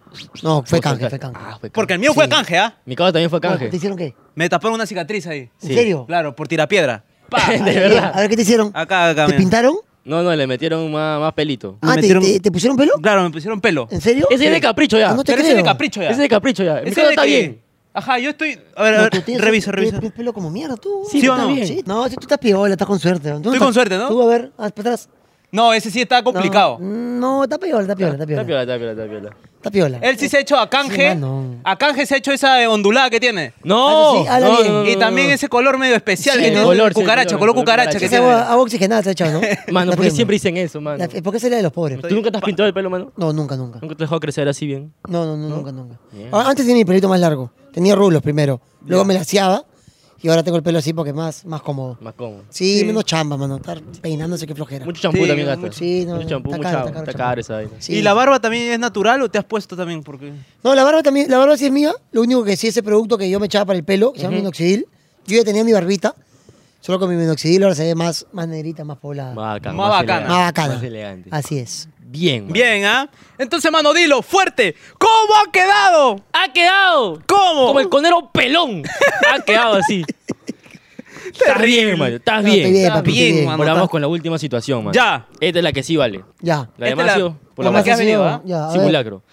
No, fue o total? canje, fue canje. Oh, Ah, fue canje. porque el mío fue canje, ¿ah? Mi causa también fue canje. ¿Te hicieron qué? Me taparon una cicatriz ahí. ¿En Sí. serio? Claro, por tirapiedra. de Mira, A verdad. ver, ¿qué te hicieron? Acá, acá. ¿Te mira. pintaron? No, no, le metieron más, más pelito. Me Ah, ¿te- metieron- te, te pusieron pelo? Claro, me pusieron pelo. ¿En serio? Ese es de capricho ya. Ah, no te Pero ese es de creo. capricho ya. Ese es de capricho ya. Mi Ese causa de está que- bien. Ajá, yo estoy. A ver, a No, ver, tú tienes- revisa, tienes revisa. pe- pelo como mierda tú. ¿Sí Tú o no? estás bien. No, si tú estás piola, estás con suerte. Tú no Estoy estás- con suerte, ¿no? Tú, a ver, haz para atrás. No, ese sí está complicado. No, Mm. no, está piola, está piola, está Está piola. piola, está piola, está piola. Está piola. Él sí se ha hecho a canje. mano. a canje se ha hecho esa eh, ondulada que tiene. No, sí, habla no, bien. no, no, Y no, también no. ese color medio especial Sí, que el tiene. color, Oh. sí, cucaracha, el color color, cucaracha que cucaracha. Esa tiene. agua, agua oxigenada se ha echado, ¿no? Mano, Está ¿por qué piola. siempre dicen eso, mano? La- ¿Por qué es la de los pobres? ¿Tú nunca te has pintado el pelo, mano? No, nunca, nunca. ¿Nunca te dejó crecer así bien? No, no, no, nunca, nunca. Ahora, Antes tenía mi pelito más largo. Tenía rulos primero. Luego me laseaba. Y ahora tengo el pelo así porque es más, más cómodo. Más cómodo. Sí, menos chamba, mano. Estar peinándose, qué flojera. Mucho champú Sí, también gasta. mucho- sí, no, mucho no, champú, está mucho caro, agua. está Está caro el caro champú. esa vaina. Sí. ¿Y la barba también es natural o te has puesto también? Porque... No, la barba también, la barba sí es mía. Lo único que sí, ese producto que yo me echaba para el pelo, que se llama minoxidil. Yo ya tenía mi barbita, solo con mi minoxidil ahora se ve más, más negrita, más poblada. Más, bacán, Más bacana. elegante, bacana. Más elegante. Así es. Bien, mano. Bien, ¿ah? Entonces, mano, dilo fuerte. ¿Cómo ha quedado? ¡Ha quedado! ¿Cómo? Como el conero pelón. ha quedado así. Estás bien, mano. Estás No, bien. estoy bien, Estás papi, bien. estoy bien. Ahora Mano, vamos está- con la última situación, mano. Ya. Esta es la que sí vale. Ya. La de Esta es la- Macio, por la la más base. Este que has venido, ¿ah? Ya, a ver. Simulacro.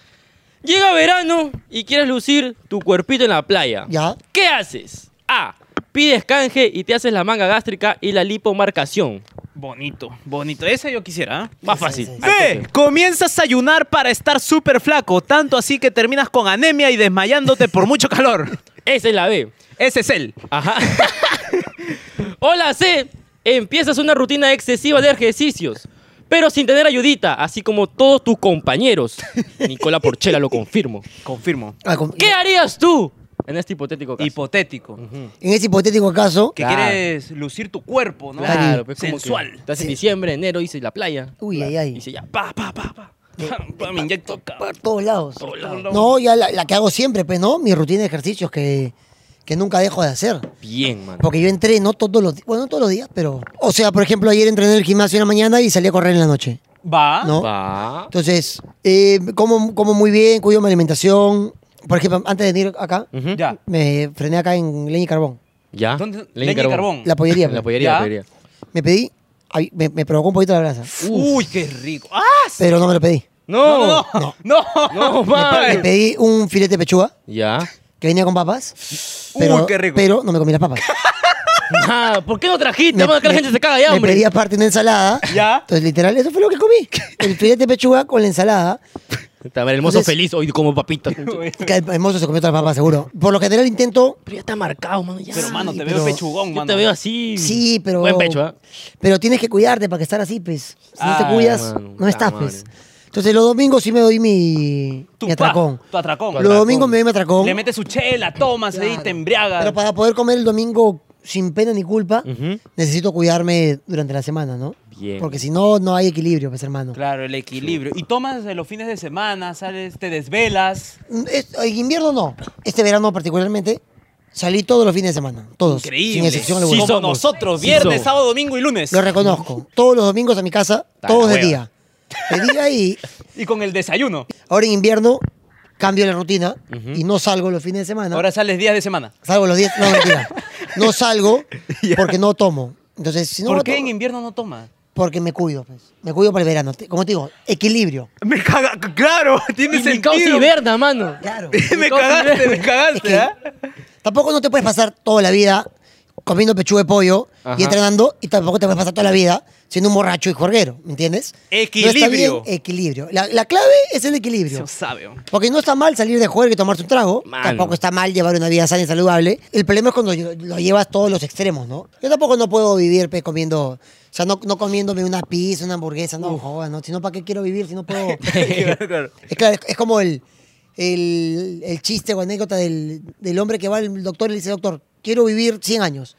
Llega verano y quieres lucir tu cuerpito en la playa. Ya. ¿Qué haces? A. Pides canje y te haces la manga gástrica y la lipomarcación. Bonito, bonito. Esa yo quisiera, ¿ah? Más Esa, fácil. esa, esa. Al B. toque. Comienzas a ayunar para estar súper flaco, tanto así que terminas con anemia y desmayándote por mucho calor. Esa es la B. Ese es él. Ajá. o la C. Empiezas una rutina excesiva de ejercicios, pero sin tener ayudita, así como todos tus compañeros. Nicola Porchela lo confirmo. Confirmo. Ah, con- ¿Qué harías tú en este hipotético caso? Hipotético. En ese hipotético caso. Que Claro. quieres lucir tu cuerpo, ¿no? Claro, pues como que Sensual. estás en diciembre, enero, hice la playa. Uy, ay, ay. Y dice ya, pa, pa, pa, pa. Eh, Pa, me inyecto acá. Por todos lados. Todos lados. No, ya la, la que hago siempre, pues, ¿no? Mi rutina de ejercicios que, que nunca dejo de hacer. Bien, mano. Porque yo entreno todos los días. Bueno, no todos los días, pero. O sea, por ejemplo, ayer entrené en el gimnasio en la mañana y salí a correr en la noche. Ah, Va. ¿No? Va. Entonces, eh, como, como muy bien, cuido mi alimentación. Por ejemplo, antes de venir acá, Ujú. Ya. me frené acá en Leña y Carbón, ¿Ya? ¿Dónde- Leña y carbón. la pollería. La pues. pollería, Ya. la pollería. Me pedí ay, me, me provocó un poquito la brasa. Uy, qué rico. ¡Ah! sí! Pero no me lo pedí. No, No, no, no. No, Me man. pedí un filete de pechuga Ya. que venía con papas. Pero, qué rico. Pero no me comí las papas. Ah, ¿Por qué no trajiste? Me- Vamos a que la me- gente se caga de Me pedí hambre. aparte una ensalada. Ya. Entonces, literal, eso fue lo que comí. El filete de pechuga con la ensalada. A ver, el mozo Entonces- feliz hoy como papita. Que el mozo se comió otras papas, seguro. Por lo general intento... Pero ya está marcado, mano. Ya. Pero, mano, te Ay, veo pero- pechugón, Yo mano. te veo así. Sí, pero... Buen pecho, ¿ah? Pero tienes que cuidarte para que estar así, pues. Si no te Ah, cuidas, mano, no estás, puta pues. madre. Entonces, los domingos sí me doy mi, Tu mi pa, atracón. Tu atracón. Los domingos me doy mi atracón. Le metes su chela, tomas ahí, te embriagas. Pero para poder comer el domingo sin pena ni culpa, Ujú. necesito cuidarme durante la semana, ¿no? Bien. Porque si no, no hay equilibrio, pues, hermano. Claro, el equilibrio. Y tomas de los fines de semana, sales, te desvelas. Mm, Es- En invierno no. Este verano particularmente, salí todos los fines de semana. Todos. Increíble. Sin excepción Sí alguna. Como somos. nosotros, Sí viernes, somos. sábado, domingo y lunes. Lo reconozco. Todos los domingos a mi casa, la todos de hueva. día. De día y Y con el desayuno. ahora en invierno cambio la rutina y no salgo los fines de semana. Ahora sales días de semana. Salgo los 10. No, mentira. No salgo porque no tomo. Entonces, si no ¿Por no qué tomo- en invierno no tomas? Porque me cuido, pues. Me cuido para el verano. Te- Como te digo, equilibrio. Me caga. Claro, tiene Y mi causa hiberna, mano. Claro. me causa cagaste, me hiberna. Es cagaste, que ¿ah? tampoco no te puedes pasar toda la vida comiendo pechuga de pollo Ajá. y entrenando y tampoco te puedes pasar toda la vida siendo un borracho y jorguero, ¿me entiendes? No está bien Equilibrio. equilibrio. La, la clave es el equilibrio. Dios sabe. ¿o? Porque no está mal salir de juerga y tomarse un trago. Mano. Tampoco está mal llevar una vida sana y saludable. El problema es cuando yo- lo llevas todos los extremos, ¿no? Yo tampoco no puedo vivir pe, comiendo... O sea, no, no comiéndome una pizza, una hamburguesa, no, joda, ¿no? Si no, ¿para qué quiero vivir si no puedo...? Claro. Es, claro, es- es como el, el, el chiste o anécdota del, del hombre que va al doctor y le dice, doctor, quiero vivir 100 años.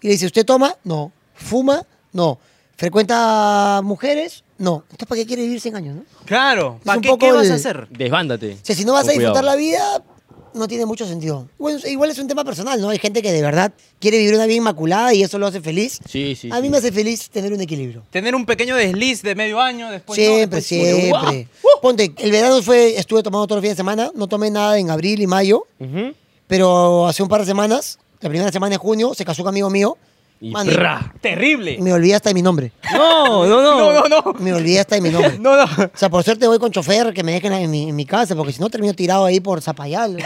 Y le dice, ¿usted toma? No. ¿Fuma? No. ¿Frecuenta mujeres? No. Entonces, ¿para qué quiere vivir 100 años? no? O Claro. Es ¿Para un qué, poco qué vas el- a hacer? Desbándate. sea, si no vas Con a disfrutar cuidado. la vida, no tiene mucho sentido. Bueno, igual es un tema personal, ¿no? Hay gente que de verdad quiere vivir una vida inmaculada y eso lo hace feliz. Sí, sí. a mí sí. me hace feliz tener un equilibrio. Tener un pequeño desliz de medio año, Pues después no, siempre, después- siempre. Ponte, el verano fue, estuve tomando todos los fines de semana, no tomé nada en abril y mayo. Ujú. Pero hace un par de semanas, la primera semana de junio, se casó un amigo mío. Y Mano, ra. Terrible. me olvidé hasta de mi nombre. No, no, no. No, no, no. Me olvidé hasta de mi nombre. No, no. O sea, por suerte voy con chofer que me dejen en mi, en mi casa, porque si no termino tirado ahí por Zapayal. ¿no?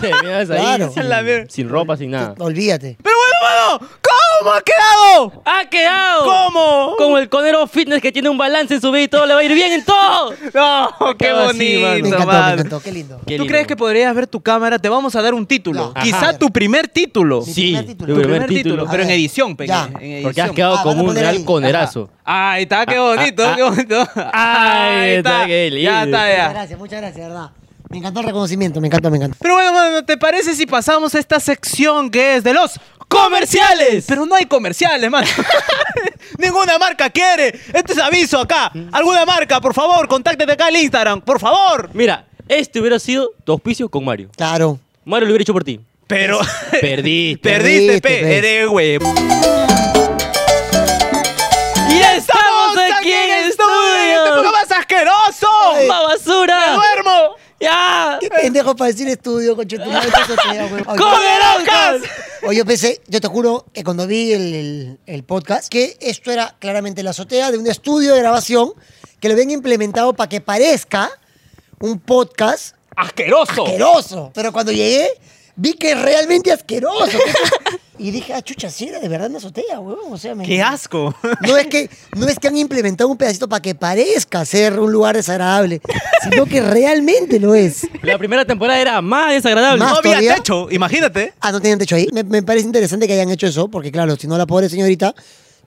Te miras ahí Claro. sin- La ver- sin ropa, sin nada. Olvídate. Pero bueno, mano, ¿cómo ha quedado? ¡Ha quedado! ¿Cómo? Como el conero fitness que tiene un balance en su vida y todo le va a ir bien en todo. No, qué Acaba así, bonito, mano. Me encantó, me mano. encantó. Qué lindo. Qué ¿Tú lindo. crees que podrías ver tu cámara? Te vamos a dar un título. No. Quizá Ajá. tu primer título. Mi Sí, primer tu título. primer, Tu primer título. título, pero en Ah, edición, peñe, ya. en edición. Porque has quedado Ah, van a como un poner real ahí. conerazo. Ahí está, qué Ah, ah, bonito, ah, qué bonito. Ah, Ahí está, qué lindo. Ya está, Muchas ya. gracias, muchas gracias, de verdad. Me encantó el reconocimiento, me encantó, me encantó. Pero bueno, mano, ¿te parece si pasamos a esta sección que es de los comerciales? Pero no hay comerciales, mano. Ninguna marca quiere. Este es aviso acá. Alguna marca, por favor, contáctate acá en Instagram, por favor. Mira, este hubiera sido tu auspicio con Mario. Claro. Mario lo hubiera hecho por ti. Pero Perdiste. perdiste, Perdiste, pe. pe, eres huevo. ¡Y estamos aquí en ¡Este estudio! programa es asqueroso! ¡Más basura! ¡Duermo! ¡Ya! Qué pendejo para decir estudio, conchetumare, eso te da, güey. Ay, ¡Comerocas! Oye, yo pensé, yo te juro que cuando vi el, el- el podcast, que esto era claramente la azotea de un estudio de grabación que lo habían implementado para que parezca un podcast Oh. Asqueroso. asqueroso. Pero cuando llegué, vi que es realmente asqueroso. y dije, ah, chucha, sí, era de verdad una azotea, huevón. O sea, me- ¡Qué asco! No es, que, no es que han implementado un pedacito para que parezca ser un lugar desagradable, sino que realmente lo es. La primera temporada era más desagradable. Más No había todavía. techo, imagínate. Ah, no tenían techo ahí. Me, me parece interesante que hayan hecho eso, porque claro, si no la pobre señorita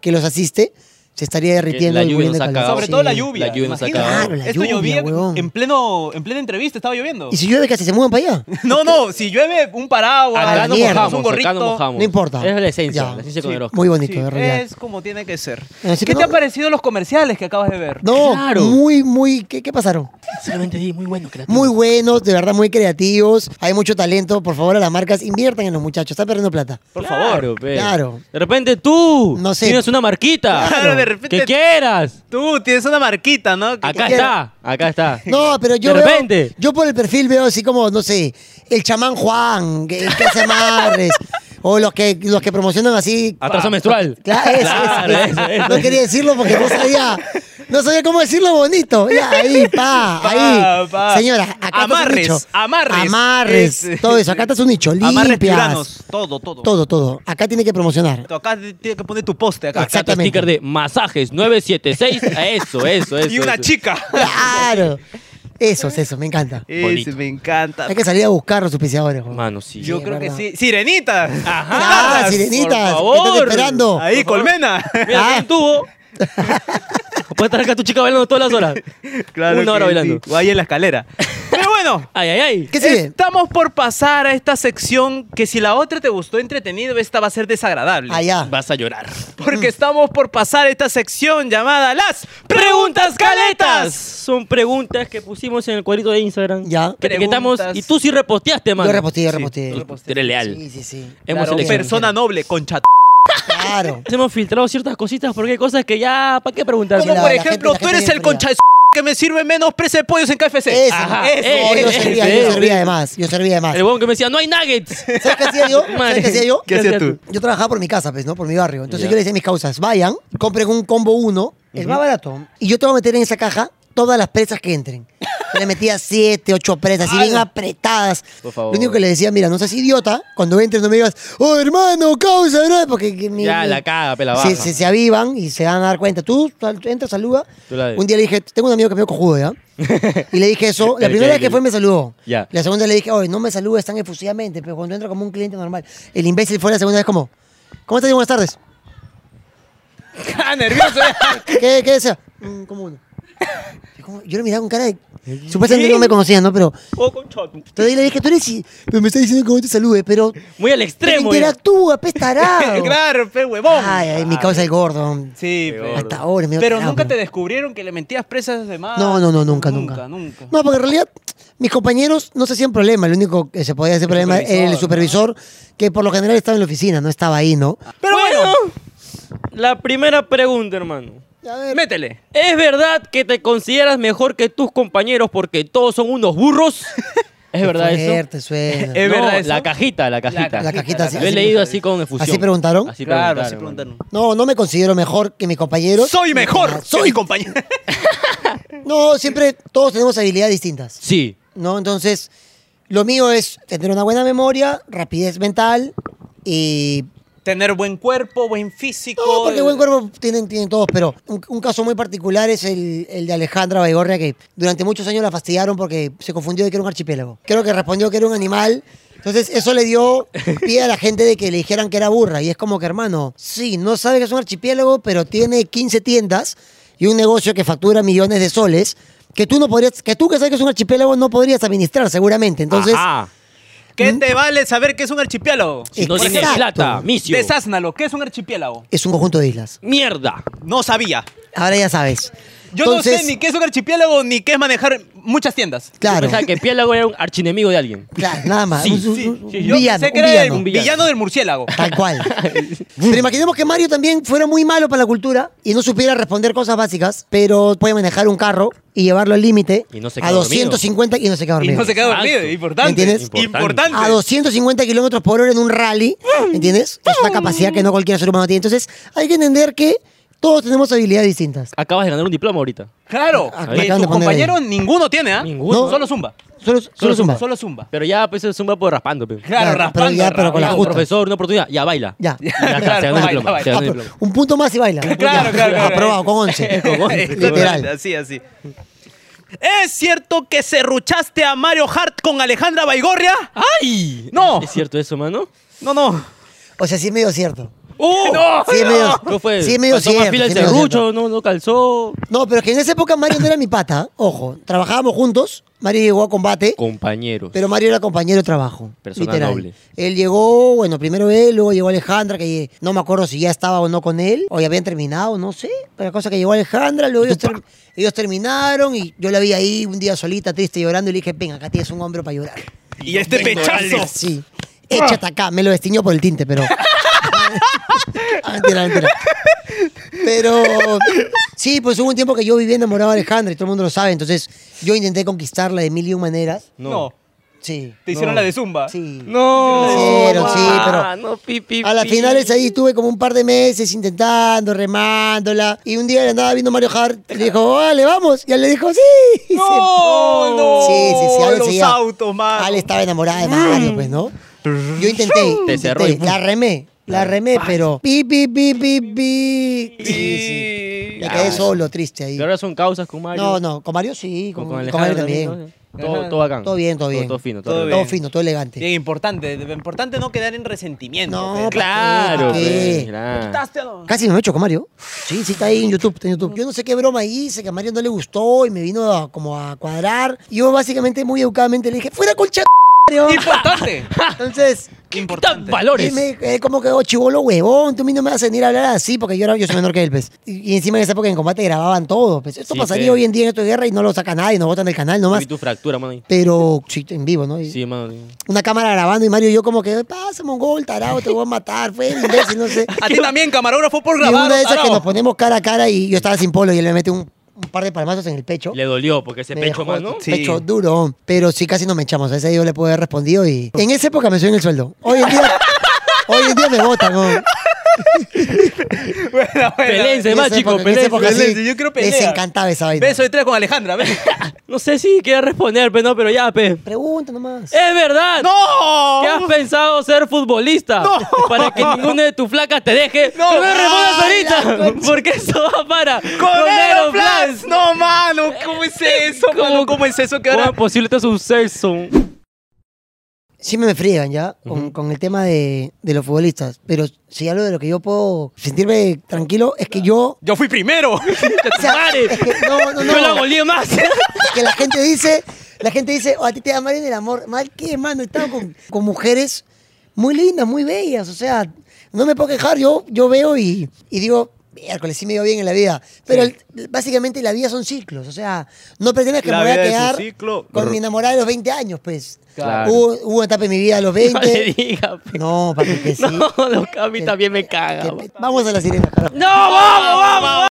que los asiste se estaría derritiendo la y lluvia nos muriendo de ha calor. cagado. Sobre Sí. todo la lluvia. Ah, La lluvia nos imagínate. acaba. Claro, la Esto lluvia, llovía huevón. en pleno, en plena entrevista, estaba lloviendo. Y si llueve, casi se muevan para allá. No, no, si llueve un paraguas, Acá Acá la nos mierda. mojamos, un acá nos gorrito. mojamos. No importa. Esa es la esencia, Ya. la esencia Sí. con el Oscar. Muy bonito, Sí, de realidad. es como tiene que ser. Así ¿Qué que te no- han parecido los comerciales que acabas de ver? No, Claro. muy, muy, ¿qué, qué pasaron? Solamente di, muy bueno, creativo. Muy buenos, de verdad, muy creativos. Hay mucho talento. Por favor, a las marcas inviertan en los muchachos. Están perdiendo plata. Por favor. Claro. De repente tú No sé. tienes una marquita. Claro, de repente- Que quieras. Tú tienes una marquita, ¿no? Que- Acá que está. Acá está. No, pero yo De veo- repente. yo por el perfil veo así como, no sé, el chamán Juan, que, que hace amarres. O los que, los que promocionan así. Atraso menstrual. Claro, eso, Ah, Claro, eso, eso, eso. No quería decirlo porque no sabía. No sabía cómo decirlo bonito. Ya, ahí, pa, ahí. pa. Señora, acá está su Amarres, nicho. amarres. Amarres. Este. Todo eso. Acá está su nicho. Limpias. Amarres tiranos, todo, todo. Todo, todo. Acá tiene que promocionar. Acá te- tienes que poner tu poste acá. Acá está el sticker de masajes 976. Eso, eso, eso. Y una eso. chica. Claro. Eso es eso, me encanta. Bonito. Ese me encanta. Hay que salir a buscar los auspiciadores. güey. Mano, sí. Yo Sí, creo verdad. que sí. Sirenita. Ajá. Ah, Por sirenitas, favor. ¿qué estás esperando? Ahí, Por favor. colmena. Mira, Ah. un tubo. Puedes estar acá tu chica bailando todas las horas. una hora que sí. bailando. O ahí en la escalera. Pero bueno. Ay, ay, ay. ¿Qué sigue? Estamos por pasar a esta sección que si la otra te gustó entretenido, esta va a ser desagradable. Allá. Vas a llorar. Porque mm. estamos por pasar a esta sección llamada las preguntas caletas. Son preguntas que pusimos en el cuadrito de Instagram. Ya. Que te etiquetamos Preguntas. y tú sí reposteaste, mano. Yo reposté, yo reposté. Tú- tú Eres leal. Sí, sí, sí. Hemos Claro, seleccionado. persona noble, concha. t- Claro. Hemos filtrado ciertas cositas porque hay cosas que ya, ¿para qué preguntar? Como Como la- por la gente- ejemplo, la tú gente eres bien el concha de s- que me sirve menos presa de pollos en KFC. Eso. Ajá, eso. eh, yo eh, servía, eh, yo eh. servía de más. Yo servía de más. El huevón que me decía, no hay nuggets. ¿Sabes qué hacía yo? ¿Sabes Madre. qué hacía yo? ¿Qué hacías tú? Yo trabajaba por mi casa, pues, ¿no? Por mi barrio. Entonces Ya. yo le decía a mis causas, vayan, compren un combo uno, el más barato. Y yo te voy a meter en esa caja todas las presas que entren. Yo le metía siete, ocho presas, y bien apretadas. Por favor. Lo único que le decía, mira, no seas idiota, cuando entres no me digas, oh, hermano, causa, ¿no? Porque que mi- Ya, mi- la caga, pela baja. se, se, se avivan y se van a dar cuenta. Tú sal- entras, saluda. Tú la de- Un día le dije, tengo un amigo que me dio cojudo, ¿ya? Y le dije eso. La El primera que- vez que fue me saludó. Ya. La segunda le dije, oye, no me saludes tan efusivamente, pero cuando entro como un cliente normal. El imbécil fue la segunda vez como, ¿cómo estás? Buenas tardes. Ah, nervioso. ¿Qué, qué desea? "Mm, como uno. Y como- Yo le miraba con cara de... Supuestamente no me conocían, ¿no? Pero Oh, concha tu- entonces le dije, tú eres... i- Pero me está diciendo que no te salude, pero... Muy al pero extremo. ya. interactúa, pestarado. claro, pe huevón. Ay, ay, Ah, mi causa el gordo. Sí, Qué pe. gordo. Hasta ahora me dio Pero tarado, nunca te pero- descubrieron que le mentías presas de más. No, no, no, nunca, Ah, Nunca, nunca. nunca. No, porque en realidad mis compañeros no se hacían problema. Lo único que se podía hacer problema era el supervisor, que por lo general estaba en la oficina, no estaba ahí, ¿no? Pero bueno, La primera pregunta, hermano. A ver, métele. ¿Es verdad que te consideras mejor que tus compañeros porque todos son unos burros? ¿Es verdad eso? Eh, fuerte suena. ¿Es No, verdad eso? La cajita, la La cajita. la cajita así. Lo he leído así con efusión. ¿Así preguntaron? Así claro, así hermano. preguntaron. No, no me considero mejor que mis compañeros. Soy mejor. Soy- Soy compañero. No, siempre todos tenemos habilidades distintas. Sí. ¿no? Entonces, lo mío es tener una buena memoria, rapidez mental y... Tener buen cuerpo, buen físico. No, porque buen cuerpo tienen, tienen todos, pero un, un caso muy particular es el, el de Alejandra Baigorria, que durante muchos años la fastidiaron porque se confundió de que era un archipiélago. Creo que respondió que era un animal. Entonces, eso le dio pie a la gente de que le dijeran que era burra. Y es como que, hermano, sí, no sabe que es un archipiélago, pero tiene 15 tiendas y un negocio que factura millones de soles, que tú no podrías, que tú que sabes que es un archipiélago no podrías administrar seguramente. Entonces, Ajá. Mm. ¿Qué te vale saber qué es un archipiélago? Si no tienes Exacto. plata, misio. Desáznalo, ¿qué es un archipiélago? es un conjunto de islas. Mierda. No sabía. Ahora ya sabes. Yo Entonces, no sé ni qué es un archipiélago ni qué es manejar muchas tiendas. Yo Claro, pensaba que Piélago era un archienemigo de alguien. claro, nada más. Sí, un, un- sí, un sí, Yo villano, pensé que un era villano. el villano del murciélago. Tal cual. pero imaginemos que Mario también fuera muy malo para la cultura y no supiera responder cosas básicas, pero puede manejar un carro y llevarlo al límite Y no se a queda dormido. 250 y no se queda Y dormido. no se queda dormido, Exacto. importante. ¿Entiendes? Importante. Importante. a 250 kilómetros por hora en un rally, ¿entiendes? Es una capacidad que no cualquier ser humano tiene. Entonces, hay que entender que todos tenemos habilidades distintas. Acabas de ganar un diploma ahorita. Claro, Ah, que me acaban de tus poner ahí. compañeros ninguno tiene, ¿ah? Ninguno. No. Solo zumba. Solo, solo, Zumba. Solo zumba. Pero ya, pues, es un vapo raspando, pe. Claro, Claro, raspando. pero ya, pero con la Ya, raspando. un justa. profesor, una oportunidad. Ya, baila. Ya. Ya está, Claro, se ganó el baila, diploma. baila. Se Ah, ganó el pero diploma. un punto más y baila. Claro, claro, claro. Aprobado, con 11. Literal. Así, así. ¿Es cierto que serruchaste a Mario Hart con Alejandra Baigorria? ¡Ay! No. ¿Es cierto eso, mano? No, no. O sea, sí es medio cierto. ¡Uh! ¡No! Sí es medio, ¿Qué fue? sí es medio Faltó más cierto. fila sí el es medio serrucho, cierto. no, no calzó. No, pero es que en esa época Mario no era mi pata. Ojo, trabajábamos juntos. Mario llegó a combate, Compañeros. pero Mario era compañero de trabajo. Persona literal. noble. Él llegó, bueno, primero él, luego llegó Alejandra, que no me acuerdo si ya estaba o no con él, o ya habían terminado, no sé. Pero la cosa que llegó Alejandra, luego ellos, ter- ellos terminaron y yo la vi ahí un día solita, triste, llorando, y le dije, venga, acá tienes un hombre para llorar. Y este pechazo. Sí. Échate acá. Me lo destiñó por el tinte, pero. Ah, mentira, mentira. Pero. Sí, pues hubo un tiempo que yo vivía enamorado de Alejandra y todo el mundo lo sabe. Entonces, yo intenté conquistarla de mil y un maneras. No. Sí. Te hicieron No. la de Zumba. Sí. No, Cero, sí, ah, pero- no, pi, pi, A las pi. finales ahí estuve como un par de meses intentando, remándola. Y un día le andaba viendo Mario Hart. y Le dijo, vale, vamos. Y él le dijo, sí. Y se- No, no. Sí, sí, sí. Ale Los seguía- autos, mano. Ale estaba enamorada de Mario, pues, ¿no? Yo intenté. Te intenté, cerró y- la remé. La remé, pero. Pi, pi, pi, pi, pi. Sí, sí. Sí. Me quedé solo, triste ahí. Y ahora son causas con Mario. No, no, con Mario sí, Con, con, con con Alejandro Mario también. también. ¿no? Todo, todo bacán. Todo bien, todo bien. Todo, fino, todo, Todo bien. Todo bien. fino, todo elegante. Bien importante, importante no quedar en resentimiento. No, pero- Claro, ¿Qué? pues, claro. Taste a los- Casi me he hecho con Mario. Sí, sí, está ahí en YouTube, está en YouTube. Yo no sé qué broma hice, que a Mario no le gustó y me vino a- como a cuadrar. Yo básicamente, muy educadamente, le dije, fuera colcha, Mario. Importante. Entonces, Tan importante. él valores. me, él como que, oh, chivolo huevón, tú a mí no me vas a venir a hablar así, porque yo era, yo soy menor que él, pues. Y, y encima en esa época en combate grababan todo, pues. Esto Sí, pasaría pe. hoy en día en esta guerra y no lo saca nadie, no botan del canal nomás. Vi tu fractura, mano. ahí. Pero, sí, en vivo, ¿no? Y- Sí, mano. una cámara grabando y Mario y yo como que, pasa, mongol, tarado, te voy a matar, fue imbécil, no sé. A ti también, camarógrafo, por Y grabar. una de esas tarao. que nos ponemos cara a cara y yo estaba sin polo y él me mete un, un par de palmazos en el pecho. Le dolió porque ese Me pecho, dejó mano. Sí. Pecho duro, pero sí casi nos me echamos. A ese yo le puedo haber respondido y... En esa época me suben el sueldo. Hoy en día... hoy en día me votan, ¿no? Bueno, bueno. Pelense, En más, esa chico. época- en esa Pelense. época pelea, sí, yo quiero Les pelea. encantaba esa vaina. Beso de tres con Alejandra. ve. No sé si quieres responder, pero no, pero ya, pe. Pregunta nomás. ¡Es verdad! ¡No! ¿Qué has pensado ser futbolista? Para que ninguna de tus flacas te deje. No. ¡No me respondas Ay, la ahorita! Porque eso va para. ¡Con Aeroplans. Aeroplans! No, mano. ¿Cómo es eso, mano? ¿Cómo es eso que ¿Cómo ahora es posible este suceso? Sí me, me friegan ya con, con el tema de, de los futbolistas, pero si algo de lo que yo puedo sentirme tranquilo es que yo... Yo fui primero. o sea, Madre. es que- no, no, no. Yo la golía más. que la gente dice, la gente dice, "Oh, a ti te da mal en el amor. Mal que, mano, he estado con, con mujeres muy lindas, muy bellas. O sea, no me puedo quejar, yo, yo veo y, y digo, miércoles sí me dio bien en la vida. Pero el- básicamente la vida son ciclos. O sea, no pretendas que La me voy a vida es un quedar ciclo. con mi enamorada de los 20 años, pues. Claro. Hubo, hubo una etapa en mi vida a los No le 20. diga, pe. No, papi, que sí. No, no, a mí Que- también me que- caga. man. vamos a la sirena, carajo. ¡No, vamos, vamos!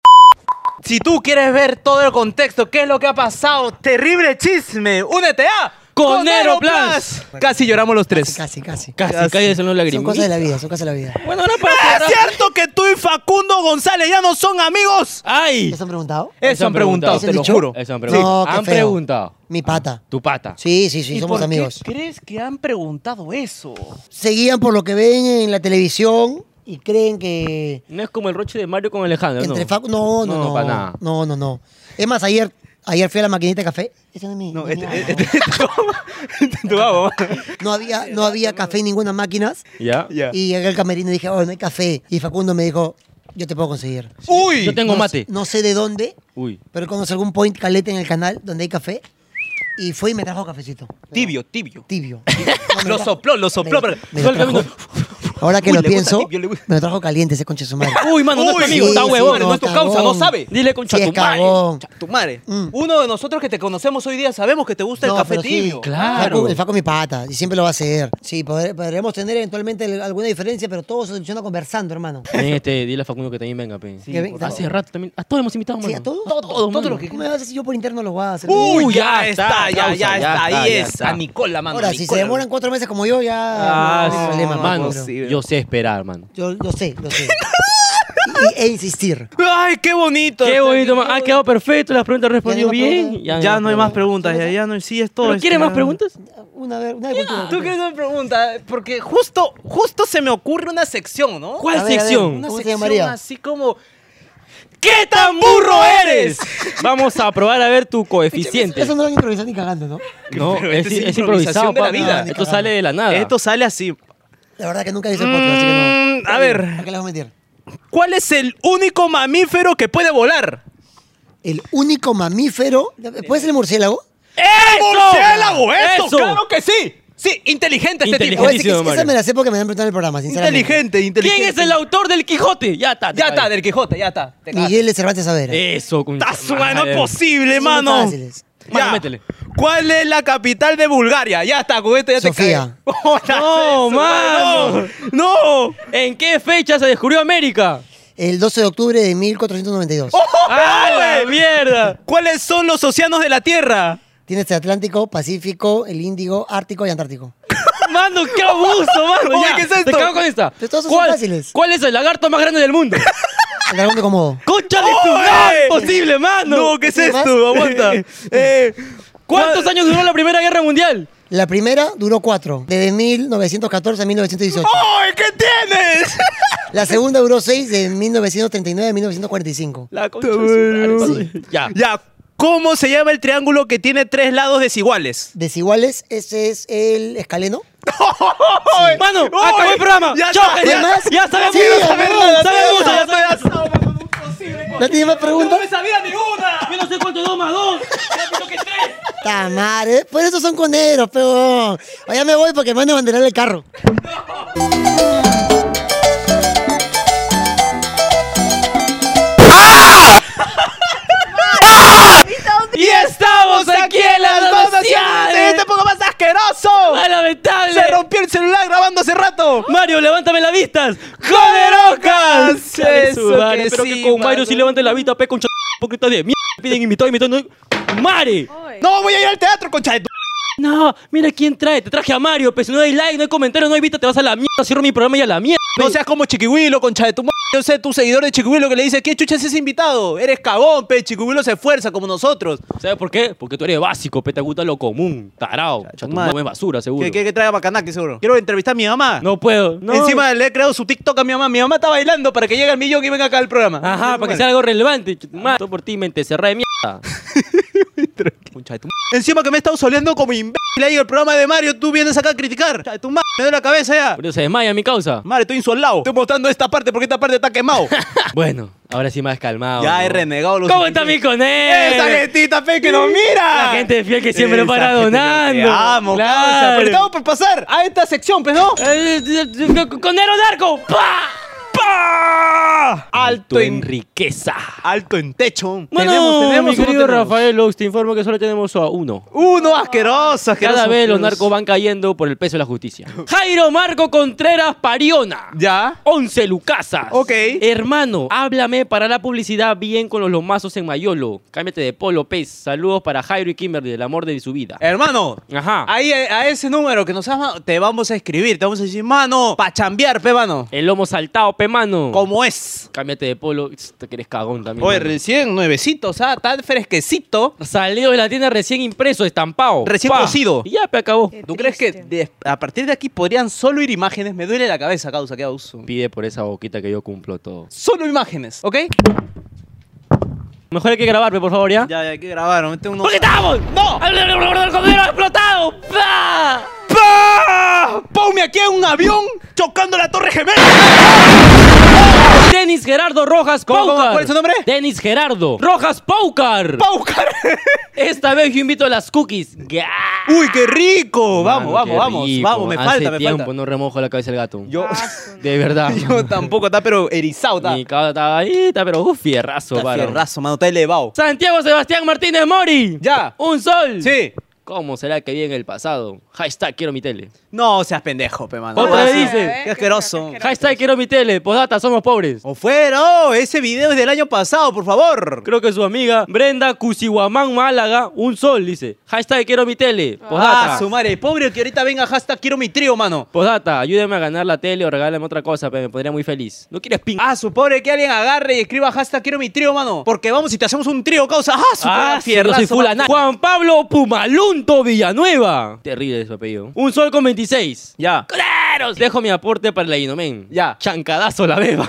Si tú quieres ver todo el contexto, qué es lo que ha pasado, terrible chisme, únete a Con Aeroplans. Casi lloramos los tres. Casi, casi. Casi cállese en los Son lagrimitas. cosas de la vida, son cosas de la vida. Bueno, ahora para ¿Es cerrar- cierto que tú y Facundo González ya no son amigos? ¡Ay! ¿Les han preguntado? Eso han preguntado, ¿Eso te han lo dicho? juro. Eso han Sí. preguntado. No, qué han feo. preguntado. Mi pata. Tu pata. Sí, sí, sí, ¿Y somos por qué amigos. crees que han preguntado eso? seguían por lo que ven en la televisión y creen que No es como el roche de Mario con Alejandro, entre ¿no? Facu- no, no, No, no, para nada. no, no, no. Es más, ayer, ayer fui a la maquinita de café. Ese no es mi- No, mi este, agua. este, este- tu agua, mamá. no había, no había café en ninguna máquina. ¿Ya? Ya. Y llegué al camerino y dije, oh, no hay café. Y Facundo me dijo, yo te puedo conseguir. Uy, Yo tengo No mate. sé- No sé de dónde, Uy. pero él conoce algún point calete en el canal donde hay café. Y fue y me trajo cafecito. tibio, tibio. Tibio. No, me Lo tra- sopló, lo sopló, pero- me Todo el trajo- camino. Ahora que Uy, lo le gusta pienso, tibio, le gusta. me lo trajo caliente ese conche de su madre. Uy, mano, no es tu Uy, amigo, sí, está sí, huevón. no es tu causa, no sabe. Dile con Sí, es chatumare. cagón. Tu madre. Uno de nosotros que te conocemos hoy día sabemos que te gusta Mm. No, el café pero sí, tibio. Claro. Facu- el Faco mi pata, y siempre lo va a hacer. Sí, podre- podremos tener eventualmente el- alguna diferencia, pero todo se soluciona conversando, hermano. Ven, este, dile a Facundo que también venga, pe. Que venga. Hace rato también. A todos hemos invitado, mano. Sí, a todos. A todos, mano. lo que me vas a decir yo por interno lo voy a hacer. Uy, Uy, ya, ya está, está, ya, causa, ya, ya está, está, ahí ya es, está. a Nicola, mano. Ahora, a si Nicola. se demoran cuatro meses como yo, ya. Ah, no hay sí, problema, mano. pero- sí. Yo sé esperar, mano. Yo lo sé, lo sé. Y- y- e insistir. Ay, qué bonito. Qué Está bonito, bien, man. Ha quedado perfecto, las preguntas respondió más bien. preguntas? Ya no hay más preguntas, ya, ya no sí es todo. este, ¿Pero es- quieres ya. más preguntas? Una vez, una vez. cultura. Tú quieres una pregunta, porque justo, justo se me ocurre una sección, ¿no? ¿Cuál A ver, a ver, sección? Una ¿Cómo se sección llamaría? así como ¿Qué tan burro eres? Vamos a probar a ver tu coeficiente. Eso no lo han improvisado ni cagando, ¿no? No, Pero es, esto es es improvisación improvisado, de la papi. vida. Esto sale de la nada. Esto sale así. La verdad que nunca he visto el podcast, así que Mm, no. a ver. ¿Para qué les voy a mentir? ¿Cuál es el único mamífero que puede volar? El único mamífero. ¿Puede ser el murciélago? ¡Eso! ¡Murciélago! ¡Eso! ¡Eso! ¡Claro que sí! Sí, inteligente este O Inteligente. tipo. ese que- Mario. Esa me la sé porque me han preguntado en el programa, sinceramente. Inteligente, inteligente. ¿Quién es el autor del Quijote? Ya está. te Ya cagué. está, del Quijote, ya está. Te cagas. Miguel de Cervantes Saavedra. Eso, con ¡Está su mano Madre. posible, Son Eh, muy mano! fáciles. Mano, Ya. métele. ¿Cuál es la capital de Bulgaria? Ya está, con esto ya Sofía. te Oh, cae. No, mano. ¡No! ¿En qué fecha se descubrió América? El 12 de octubre de 1492. Oh. Ah. ¡A la mierda! Ah, ¿Cuáles son los océanos de la Tierra? Tienes el este Atlántico, Pacífico, el Índigo, Ártico y Antártico. Mano, qué abuso, mano. Oye, ya, ¿qué es esto? Te cago con esta. Pero todos son ¿Cuál, fáciles. ¿Cuál es el lagarto más grande del mundo? El dragón de Komodo. ¡Concha de tu ¡Oye! madre! ¡Posible, mano! No, ¿qué es ¿Tiene más? esto? Aguanta. Eh, ¿Cuántos años duró la Primera Guerra Mundial? La primera duró cuatro, desde 1914 a 1918. ¡Ay, qué tienes! La segunda duró seis, de 1939 a 1945. La concha de su madre. Sí. Ya. Ya, ¿cómo se llama el triángulo que tiene tres lados desiguales? Desiguales, ese es el escaleno. Mano, ¡Oye! acabó el programa. Ya Chao, está, ya, ¿no más? ya sabemos, Sí, ya ya sabemos, no, ya sabemos, está, ya sabemos. ¿No tiene más preguntas? sabía ni una! Yo no sé cuánto es dos más dos. Ya creo que es tres. ¡Ta madre! Por eso son coneros, pero. Allá me voy porque me van a abanderar el carro. Y estamos aquí en las dos sociales. ¡Este poco más asqueroso! ¡Ah, lamentable! ¡Se rompió el celular grabando hace rato! Mario, levántame las vistas. ¡Joderocas! Eso que Espero sí, que con Mario mano. sí levante la vista, pe, concha hipócrita de mierda. Piden invitado, invitado. no- ¡Mare! ¡No, voy a ir al teatro, concha de tu... No, mira quién trae. Te traje a Mario, pe. Si no hay like, no hay comentario, no hay vista, te vas a la mierda. Cierro mi programa y a la mierda. No pe. seas como Chiquihuilo, concha de tu madre. Yo sé, tu seguidor de Chiquihuilo que le dice, ¿qué chucha es ese invitado? Eres cagón, pe. Chiquihuilo se esfuerza como nosotros. ¿Sabes por qué? Porque tú eres básico, pe. Te gusta lo común. Tarao. Tu tu madre. mamá es basura, seguro. Que, que, que traiga Bacanaki, seguro. Quiero entrevistar a mi mamá. No puedo. No. Encima le he creado su TikTok a mi mamá. Mi mamá está bailando para que llegue al millón y venga acá al programa. Ajá, para que sea algo relevante. Ch- madre, Todo por ti, mente cerrada de mierda. Concha de tu madre. Encima que me he estado soleando como imbécil ahí el programa de Mario, tú vienes acá a criticar. Concha de tu madre, me duele la cabeza ya. Por eso se desmaya mi causa. Madre, estoy insolado. Estoy mostrando esta parte porque esta parte está quemado. Bueno, ahora sí más calmado. ya ¿no? he renegado los. ¿Cómo está mi conero? ¡Esa gentita fe que nos mira! Eh, La gente fiel que siempre Esa para gente que te donando. amo, Claro. causa. Pero estamos por pasar a esta sección, pues, ¿no? Eh, eh, eh, ¡Conero narco! ¡Pa! ¡Pa! Alto en- riqueza. Alto en techo. Bueno, Tenemos- tenemos o mi no querido tenemos? Rafael Lux, te informo que solo tenemos a uno. Uno asqueroso, asqueroso. Cada vez los asqueroso. narcos van cayendo por el peso de la justicia. Jairo Marco Contreras Pariona. Ya. 11 Lucasas. Ok. Hermano, háblame para la publicidad bien con los lomazos en Mayolo. Cámbiate de polo, pez. Saludos para Jairo y Kimberly, el amor de su vida. Hermano, Ajá. ahí a, a ese número que nos has mandado, te vamos a escribir, te vamos a decir, mano, pa' chambear, pe, mano. El lomo saltado, pe mano. Como es. Cámbiate de polo. Tss, Te querés cagón también. Oye, mano. recién nuevecito, o sea, tan fresquecito. Salido de la tienda recién impreso, estampado. Recién Pa. cocido. Y ya, pe, acabó. ¿Tú crees que de- a partir de aquí podrían solo ir imágenes? Me duele la cabeza, causa, qué abuso. Pide por esa boquita que yo cumplo todo. Solo imágenes, ¿ok? Mejor hay que grabar, pe, por favor, ya. Ya, ya, hay que este grabar, me tengo unos... ¡Porque estamos! ¡No! ¡El comedero ha explotado! ¡Pa! ¡Pah! ¡Ponme aquí en un avión chocando la torre gemela! Denis Gerardo Rojas ¿Cómo, cómo? Paucar. ¿Cuál es su nombre? Denis Gerardo Rojas Paucar. ¡Paucar! Esta vez yo invito a las cookies. Ga- ¡Uy, qué rico! Mano, vamos, vamos, qué vamos, rico. vamos, me Hace falta, me tiempo falta. no remojo la cabeza del gato. Yo, De verdad. yo tampoco, está pero erizado, está. Mi cabra estaba ahí, está, pero uh, fierrazo, Está varón. fierrazo, mano, está elevado. Santiago Sebastián Martínez Mori. Ya. Un sol. Sí. ¿Cómo será que vi en el pasado? Hashtag quiero mi tele. No seas pendejo, pe, mano. Otra No, vez sí. dice. Qué asqueroso. Hashtag quiero mi tele. Postdata, somos pobres. O fuera, oh, ese video es del año pasado, por favor. Creo que su amiga Brenda Cusihuamán Málaga, un sol, dice. Hashtag quiero mi tele. Postdata. Ah, su madre, pobre que ahorita venga hashtag quiero mi trío, mano. Postdata, ayúdeme a ganar la tele o regálame otra cosa, pero me pondría muy feliz. ¿No quieres ping? Ah, su pobre que alguien agarre y escriba hashtag quiero mi trío, mano. Porque vamos, si te hacemos un trío, causa. Ah, su Ah, pobre sí, yo fierrazo, soy full mano. anal. Juan Pablo Pumalunto Villanueva. Terrible su apellido. Un sol con 26. Ya. ¡Claro! Dejo mi aporte para la Inomen. Ya. Chancadazo la beba.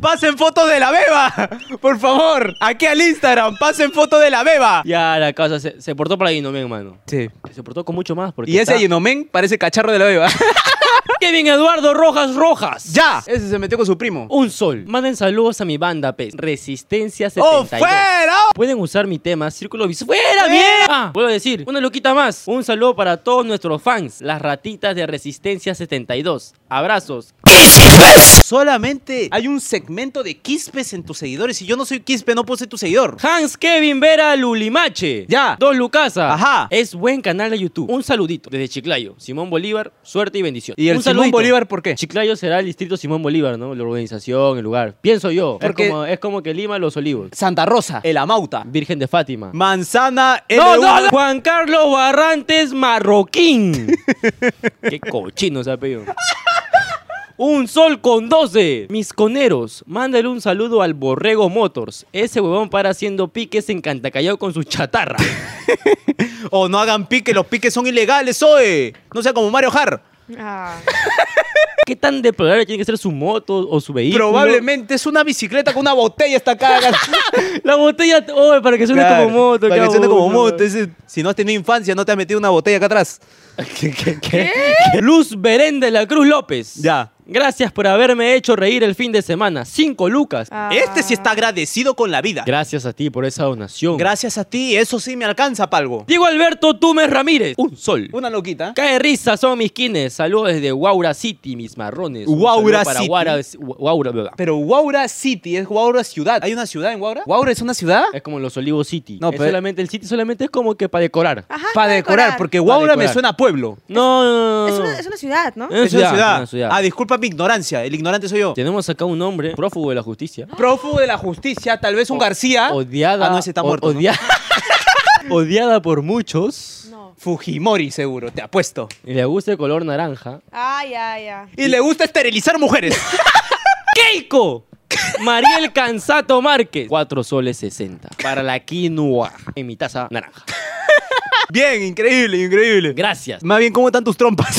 Pasen fotos de la beba, por favor. Aquí al Instagram, pasen fotos de la beba. ya, la casa se, se portó para la Inomen, mano. Sí. Se portó con mucho más. Porque Y ese está- Yenomen parece cacharro de la beba. Kevin Eduardo Rojas Rojas. ya. Ese se metió con su primo. Un sol. Manden saludos a mi banda, pez. Resistencia ¡Oh, 72. fuera! Pueden usar mi tema, Círculo Visual. ¡Fuera, bien! Ah, vuelvo a decir, una loquita más. Un saludo para todos nuestros fans, las ratitas de Resistencia 72. Abrazos. Solamente hay un segmento de quispes en tus seguidores. Si yo no soy quispe, no puedo ser tu seguidor. Hans Kevin Vera Lulimache. Ya. Don Lucasa. Ajá. Es buen canal de YouTube. Un saludito desde Chiclayo. Simón Bolívar, suerte y bendición. Y el un saludo Simón saludito. Bolívar, ¿por qué? Chiclayo será el distrito Simón Bolívar, ¿no? La organización, el lugar. Pienso yo. Porque- Es, como, es como que Lima, Los Olivos. Santa Rosa, El Amauta, Virgen de Fátima. Manzana, ¡No, L1. no, no! Juan Carlos Barrantes Marroquín. Qué cochino se ha pedido. Un sol con 12. Mis coneros, mándale un saludo al Borrego Motors. Ese huevón para haciendo piques en Cantacallao con su chatarra. O no hagan pique, los piques son ilegales, oe. No sea como Mario Har. Ah. ¿Qué tan deplorable tiene que ser su moto o su vehículo? Probablemente es una bicicleta con una botella hasta acá. La botella, oh, para que suene Claro, como moto. Para qué que suene como aburrido. moto. ese- si no has tenido infancia, no te has metido una botella acá atrás. ¿Qué, qué, qué? Luz Berén de la Cruz López. Ya. Gracias por haberme hecho reír el fin de semana. Cinco lucas. Ah. Este sí está agradecido con la vida. Gracias a ti por esa donación. Gracias a ti, eso sí me alcanza, Palgo. Diego Alberto Túmez Ramírez. Un sol. Una loquita. Cae risa, son mis quines. Saludos desde Guaura City, mis marrones. Un Guaura saludo para City. Guara- Gu- Guaura, bla, bla. Pero Guaura City es Guaura ciudad. ¿Hay una ciudad en Guaura? ¿Guaura es una ciudad? Es como los Olivos City. No, Es pero- solamente, el City solamente es como que para decorar. ah. Ajá, Para decorar, porque Guaura me decorar. suena a pueblo. No, no, no, Es no. ¿Eh? una, es una ciudad, ¿no? Es una ciudad, una ciudad. Ah, disculpa mi ignorancia. El ignorante soy yo. Tenemos acá un hombre, prófugo de la justicia. Prófugo de la justicia, tal vez un García. Odiada. Ah, no, ese está o- muerto. ¿no? odia- odiada por muchos. No. Fujimori, seguro, te apuesto. Y le gusta el color naranja. Ah, ya, ya. Y le gusta esterilizar mujeres. ¡Keiko! Mariel Cansato Márquez. 4 soles 60. Para la quinoa. En mi taza naranja. Bien, increíble, increíble. Gracias. Más bien, ¿cómo están tus trompas?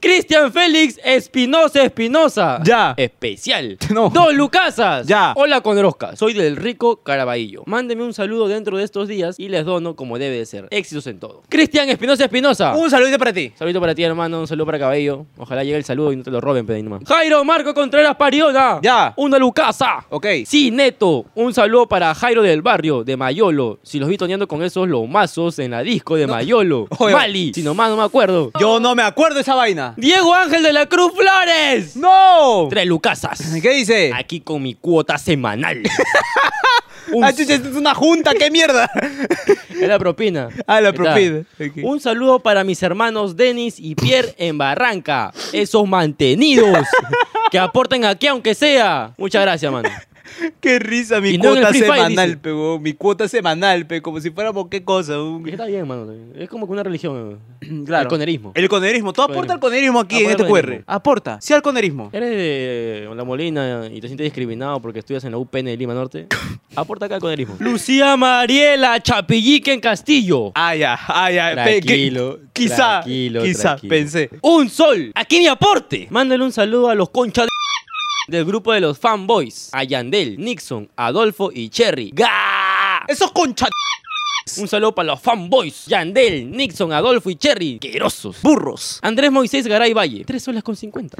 Cristian Félix Espinosa Espinosa. Ya. Especial. No. Dos Lucasas. Ya. Hola, Conerosca. Soy del rico Caraballo. Mándeme un saludo dentro de estos días y les dono como debe de ser. Éxitos en todo. Cristian Espinosa Espinosa. un saludo para ti. Saludito para ti, hermano. Un saludo para Cabello. Ojalá llegue el saludo y no te lo roben, pero ahí nomás. Jairo Marco Contreras Pariona. Ya. Una Lucasa. Ok. Sí, Neto. Un saludo para Jairo del Barrio, de Mayolo. Si los vi toneando con esos lomazos en la disco de Mayolo. Oye. Mali. Si nomás no me acuerdo. Yo no me acuerdo esa vaina. Diego Ángel de la Cruz Flores. ¡No! Tres Lucasas. ¿Qué dice? Aquí con mi cuota semanal. Un- Ah, chucha, esta es una junta, qué mierda. Es la propina. Ah, la Ahí está. propina. Ok. Un saludo para mis hermanos Denis y Pierre en Barranca. Esos mantenidos que aporten aquí aunque sea. Muchas gracias, mano. qué risa, mi Y no en el cuota Free Fire, semanal, dice. pe, huevón, Mi cuota semanal, pe, como si fuéramos qué cosa. un- Está bien, mano. Es como que una religión. eh. Claro. El conerismo. El conerismo. Todo aporta al conerismo aquí Aporta en este al QR. conerismo. Aporta. Sí al conerismo. ¿Eres de La Molina y te sientes discriminado porque estudias en la UPN de Lima Norte? Aporta acá el conerismo. Lucía Mariela Chapillique en Castillo. Ah, ya, ah, Eh, ya. pe, que- Tranquilo, quizá, tranquilo, quizá, tranquilo. pensé. ¡Un sol! ¡Aquí mi aporte! Mándale un saludo a los conchas de- del grupo de los fanboys. A Yandel, Nixon, Adolfo y Cherry. ¡Ga! Esos concha Un saludo para los fanboys. Yandel, Nixon, Adolfo y Cherry. ¡Querosos! burros. Andrés Moisés Garay Valle. Tres soles con 50.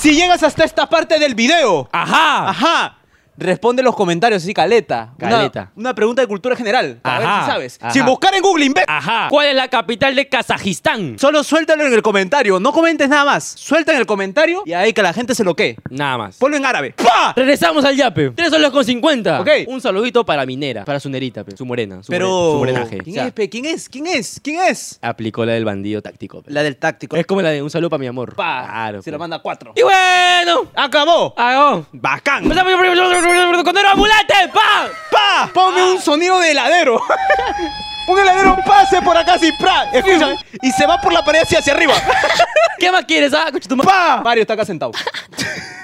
Si llegas hasta esta parte del video, ¡Ajá! ajá, responde los comentarios, sí, caleta. Una- Caleta. Una, pregunta de cultura general, a Ajá, ver si sabes. ajá. Sin buscar en Google, imbécil. ¡Ajá! ¿Cuál es la capital de Kazajistán? Solo suéltalo en el comentario, no comentes nada más. Suelta en el comentario y ahí que la gente se lo que. Nada más. Ponlo en árabe. ¡Pah! Regresamos al yape. Tres soles con 50. Ok. Un saludito para Minera, para su nerita, pe, su morena, su, more- Pero... su morenaje. O ¿Quién sea, es, pe? ¿Quién es? ¿Quién es? ¿Quién es? aplicó la del bandido táctico. pe. La del táctico. Es como la de un saludo para mi amor. Pa, Claro, se pe. la manda a cuatro. Y bueno, ¡Acabó! hagamos. ¡Bacán! ¡Condero ambulante! ¡Pa! ¡Pa! Ponme un sonido de heladero. un heladero pase por acá sin pra. Escúchame. Y se va por la pared hacia, hacia arriba. ¿Qué más quieres, ah? Concha tu ma- ¡Pa! Mario está acá sentado.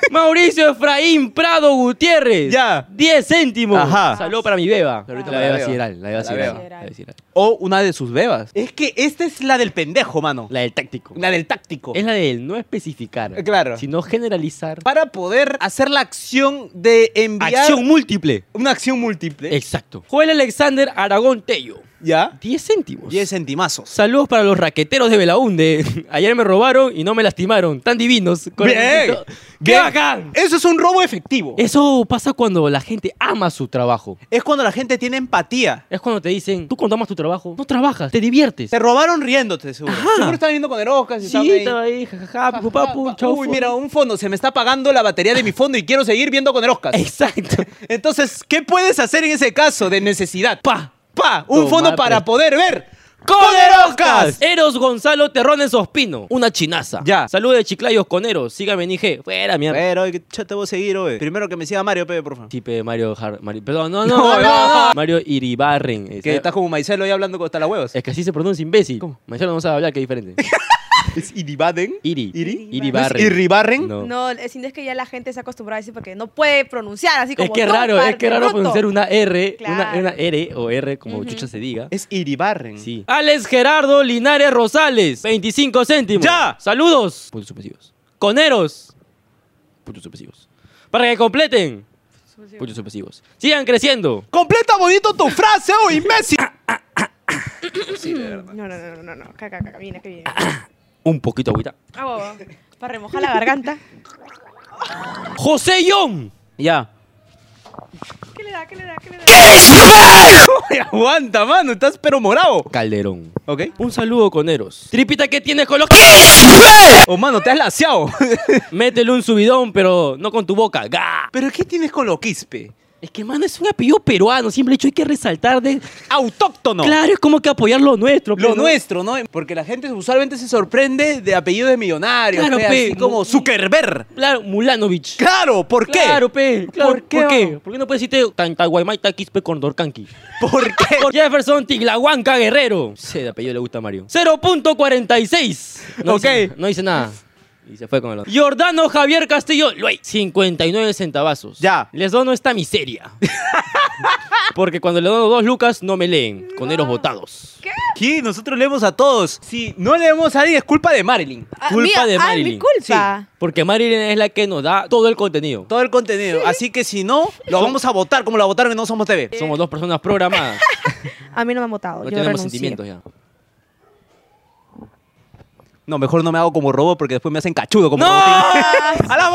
Mauricio Efraín Prado Gutiérrez. Ya. 10 céntimos. Ajá. Saludo para mi beba. para La la beba beba. sideral. La beba La sideral. beba. La beba sideral. O una de sus bebas. Es que esta es la del pendejo, mano. La del táctico. La del táctico. Es la del no especificar. Claro. Sino generalizar. Para poder hacer la acción de enviar. Acción múltiple. Una acción múltiple. Exacto. Joel Alexander Aragón Tello. ¿Ya? 10 céntimos. 10 centimazos. Saludos para los raqueteros de Belaunde. Ayer me robaron y no me lastimaron. Tan divinos. ¡Bien! ¡Qué Bien. bacán! Eso es un robo efectivo. Es, Eso pasa cuando la gente ama su trabajo. cuando la gente tiene empatía. Es cuando te dicen, tú cuando amas tu trabajo, no trabajas, te diviertes. Te robaron riéndote, seguro. Seguro están viendo con el Oscar. si Sí, estaban ahí. estaba ahí, jajaja, papu, papu, chau. Uy, fo- mira, un fondo. Se me está apagando la batería de mi fondo y quiero seguir viendo con el Oscar. Exacto. Entonces, ¿qué puedes hacer en ese caso de necesidad? Pa. Pa, un Tomar fondo pre- para poder ver. ¡Coneroscas! Eh. Eros Gonzalo Terrones Ospino. Una chinaza. Ya. Saludos de Chiclayos Coneros. Sígame en IG. Fuera, mierda. Pero, oye, yo te voy a seguir, oye. Primero que me siga Mario, pe, por favor. Tipe Mario Har... Mario- Perdón, no, no, no, no. Mario Iribarren. Es, Que estás como Maicelo ahí hablando hasta las huevas. es que así se pronuncia imbécil. ¿Cómo? Mañana no sabe hablar, que es diferente. ¿Es Iribaden? Iri. ¿Iri? Iribarren. ¿No es Iribarren? No. No, el cine es que ya la gente se acostumbra a decir porque no puede pronunciar así como Es que es tú, raro, es que es raro bruto. pronunciar una R, una, Claro. una R o R, como chucha se diga. Es Iribarren. Sí. Alex Gerardo Linares Rosales, 25 céntimos. ¡Ya! Saludos. Puntos suspensivos. Coneros. Puntos suspensivos. Para que completen. Puntos suspensivos. Sigan creciendo. Completa bonito tu frase, oh, imbécil. No, no, no, no, no, no. Caca, caca, viene, que viene. Un poquito agüita. Ah, bobo. Para remojar la garganta. José Young. Ya. ¿Qué le da? ¿Qué le da? ¿Qué le da? Oye, aguanta, mano. Estás pero morado. Calderón. Ok. Un saludo, coneros. Tripita, ¿qué tienes con los Oh, mano, te has laseado. Métele un subidón, pero no con tu boca. ¡Ga! ¿Pero qué tienes con lo quispe? Es que, mano, es un apellido peruano. Siempre hecho hay que resaltar de... Autóctono. Claro, es como que apoyar lo nuestro. Lo pero- nuestro, ¿no? Porque la gente usualmente se sorprende de apellidos de millonarios. Claro, Claro, pe. Así como Zuckerberg. Claro, Mulanovich. Claro, ¿por qué? Claro, pe. claro, ¿Por qué? ¿Por qué? ¿Por qué no puedes decirte Tantaguaymaita Quispe Condorcanqui? ¿Por qué? Por Jefferson Tiglahuanca Guerrero. Ese de apellido le gusta a Mario. 0.46. No Hice, Ok. no hice nada. Y se fue con el otro. Jordano Javier Castillo Luey. 59 centavazos. Ya. Les dono esta miseria. Porque cuando le dono dos lucas, no me leen. Coneros votados. Aquí nosotros leemos a todos. Si no leemos a nadie, es culpa de Marilyn. Ah, Culpa mía, de Ah, Marilyn. mi culpa. Porque Marilyn es la que nos da todo el contenido. Todo el contenido. Así que si no, lo vamos a votar como lo votaron en No Somos TV. Somos dos personas programadas. A mí no me han votado. No yo tenemos renuncié. sentimientos ya. No, mejor no me hago como robot porque después me hacen cachudo como ¡No! robotín. ¡A la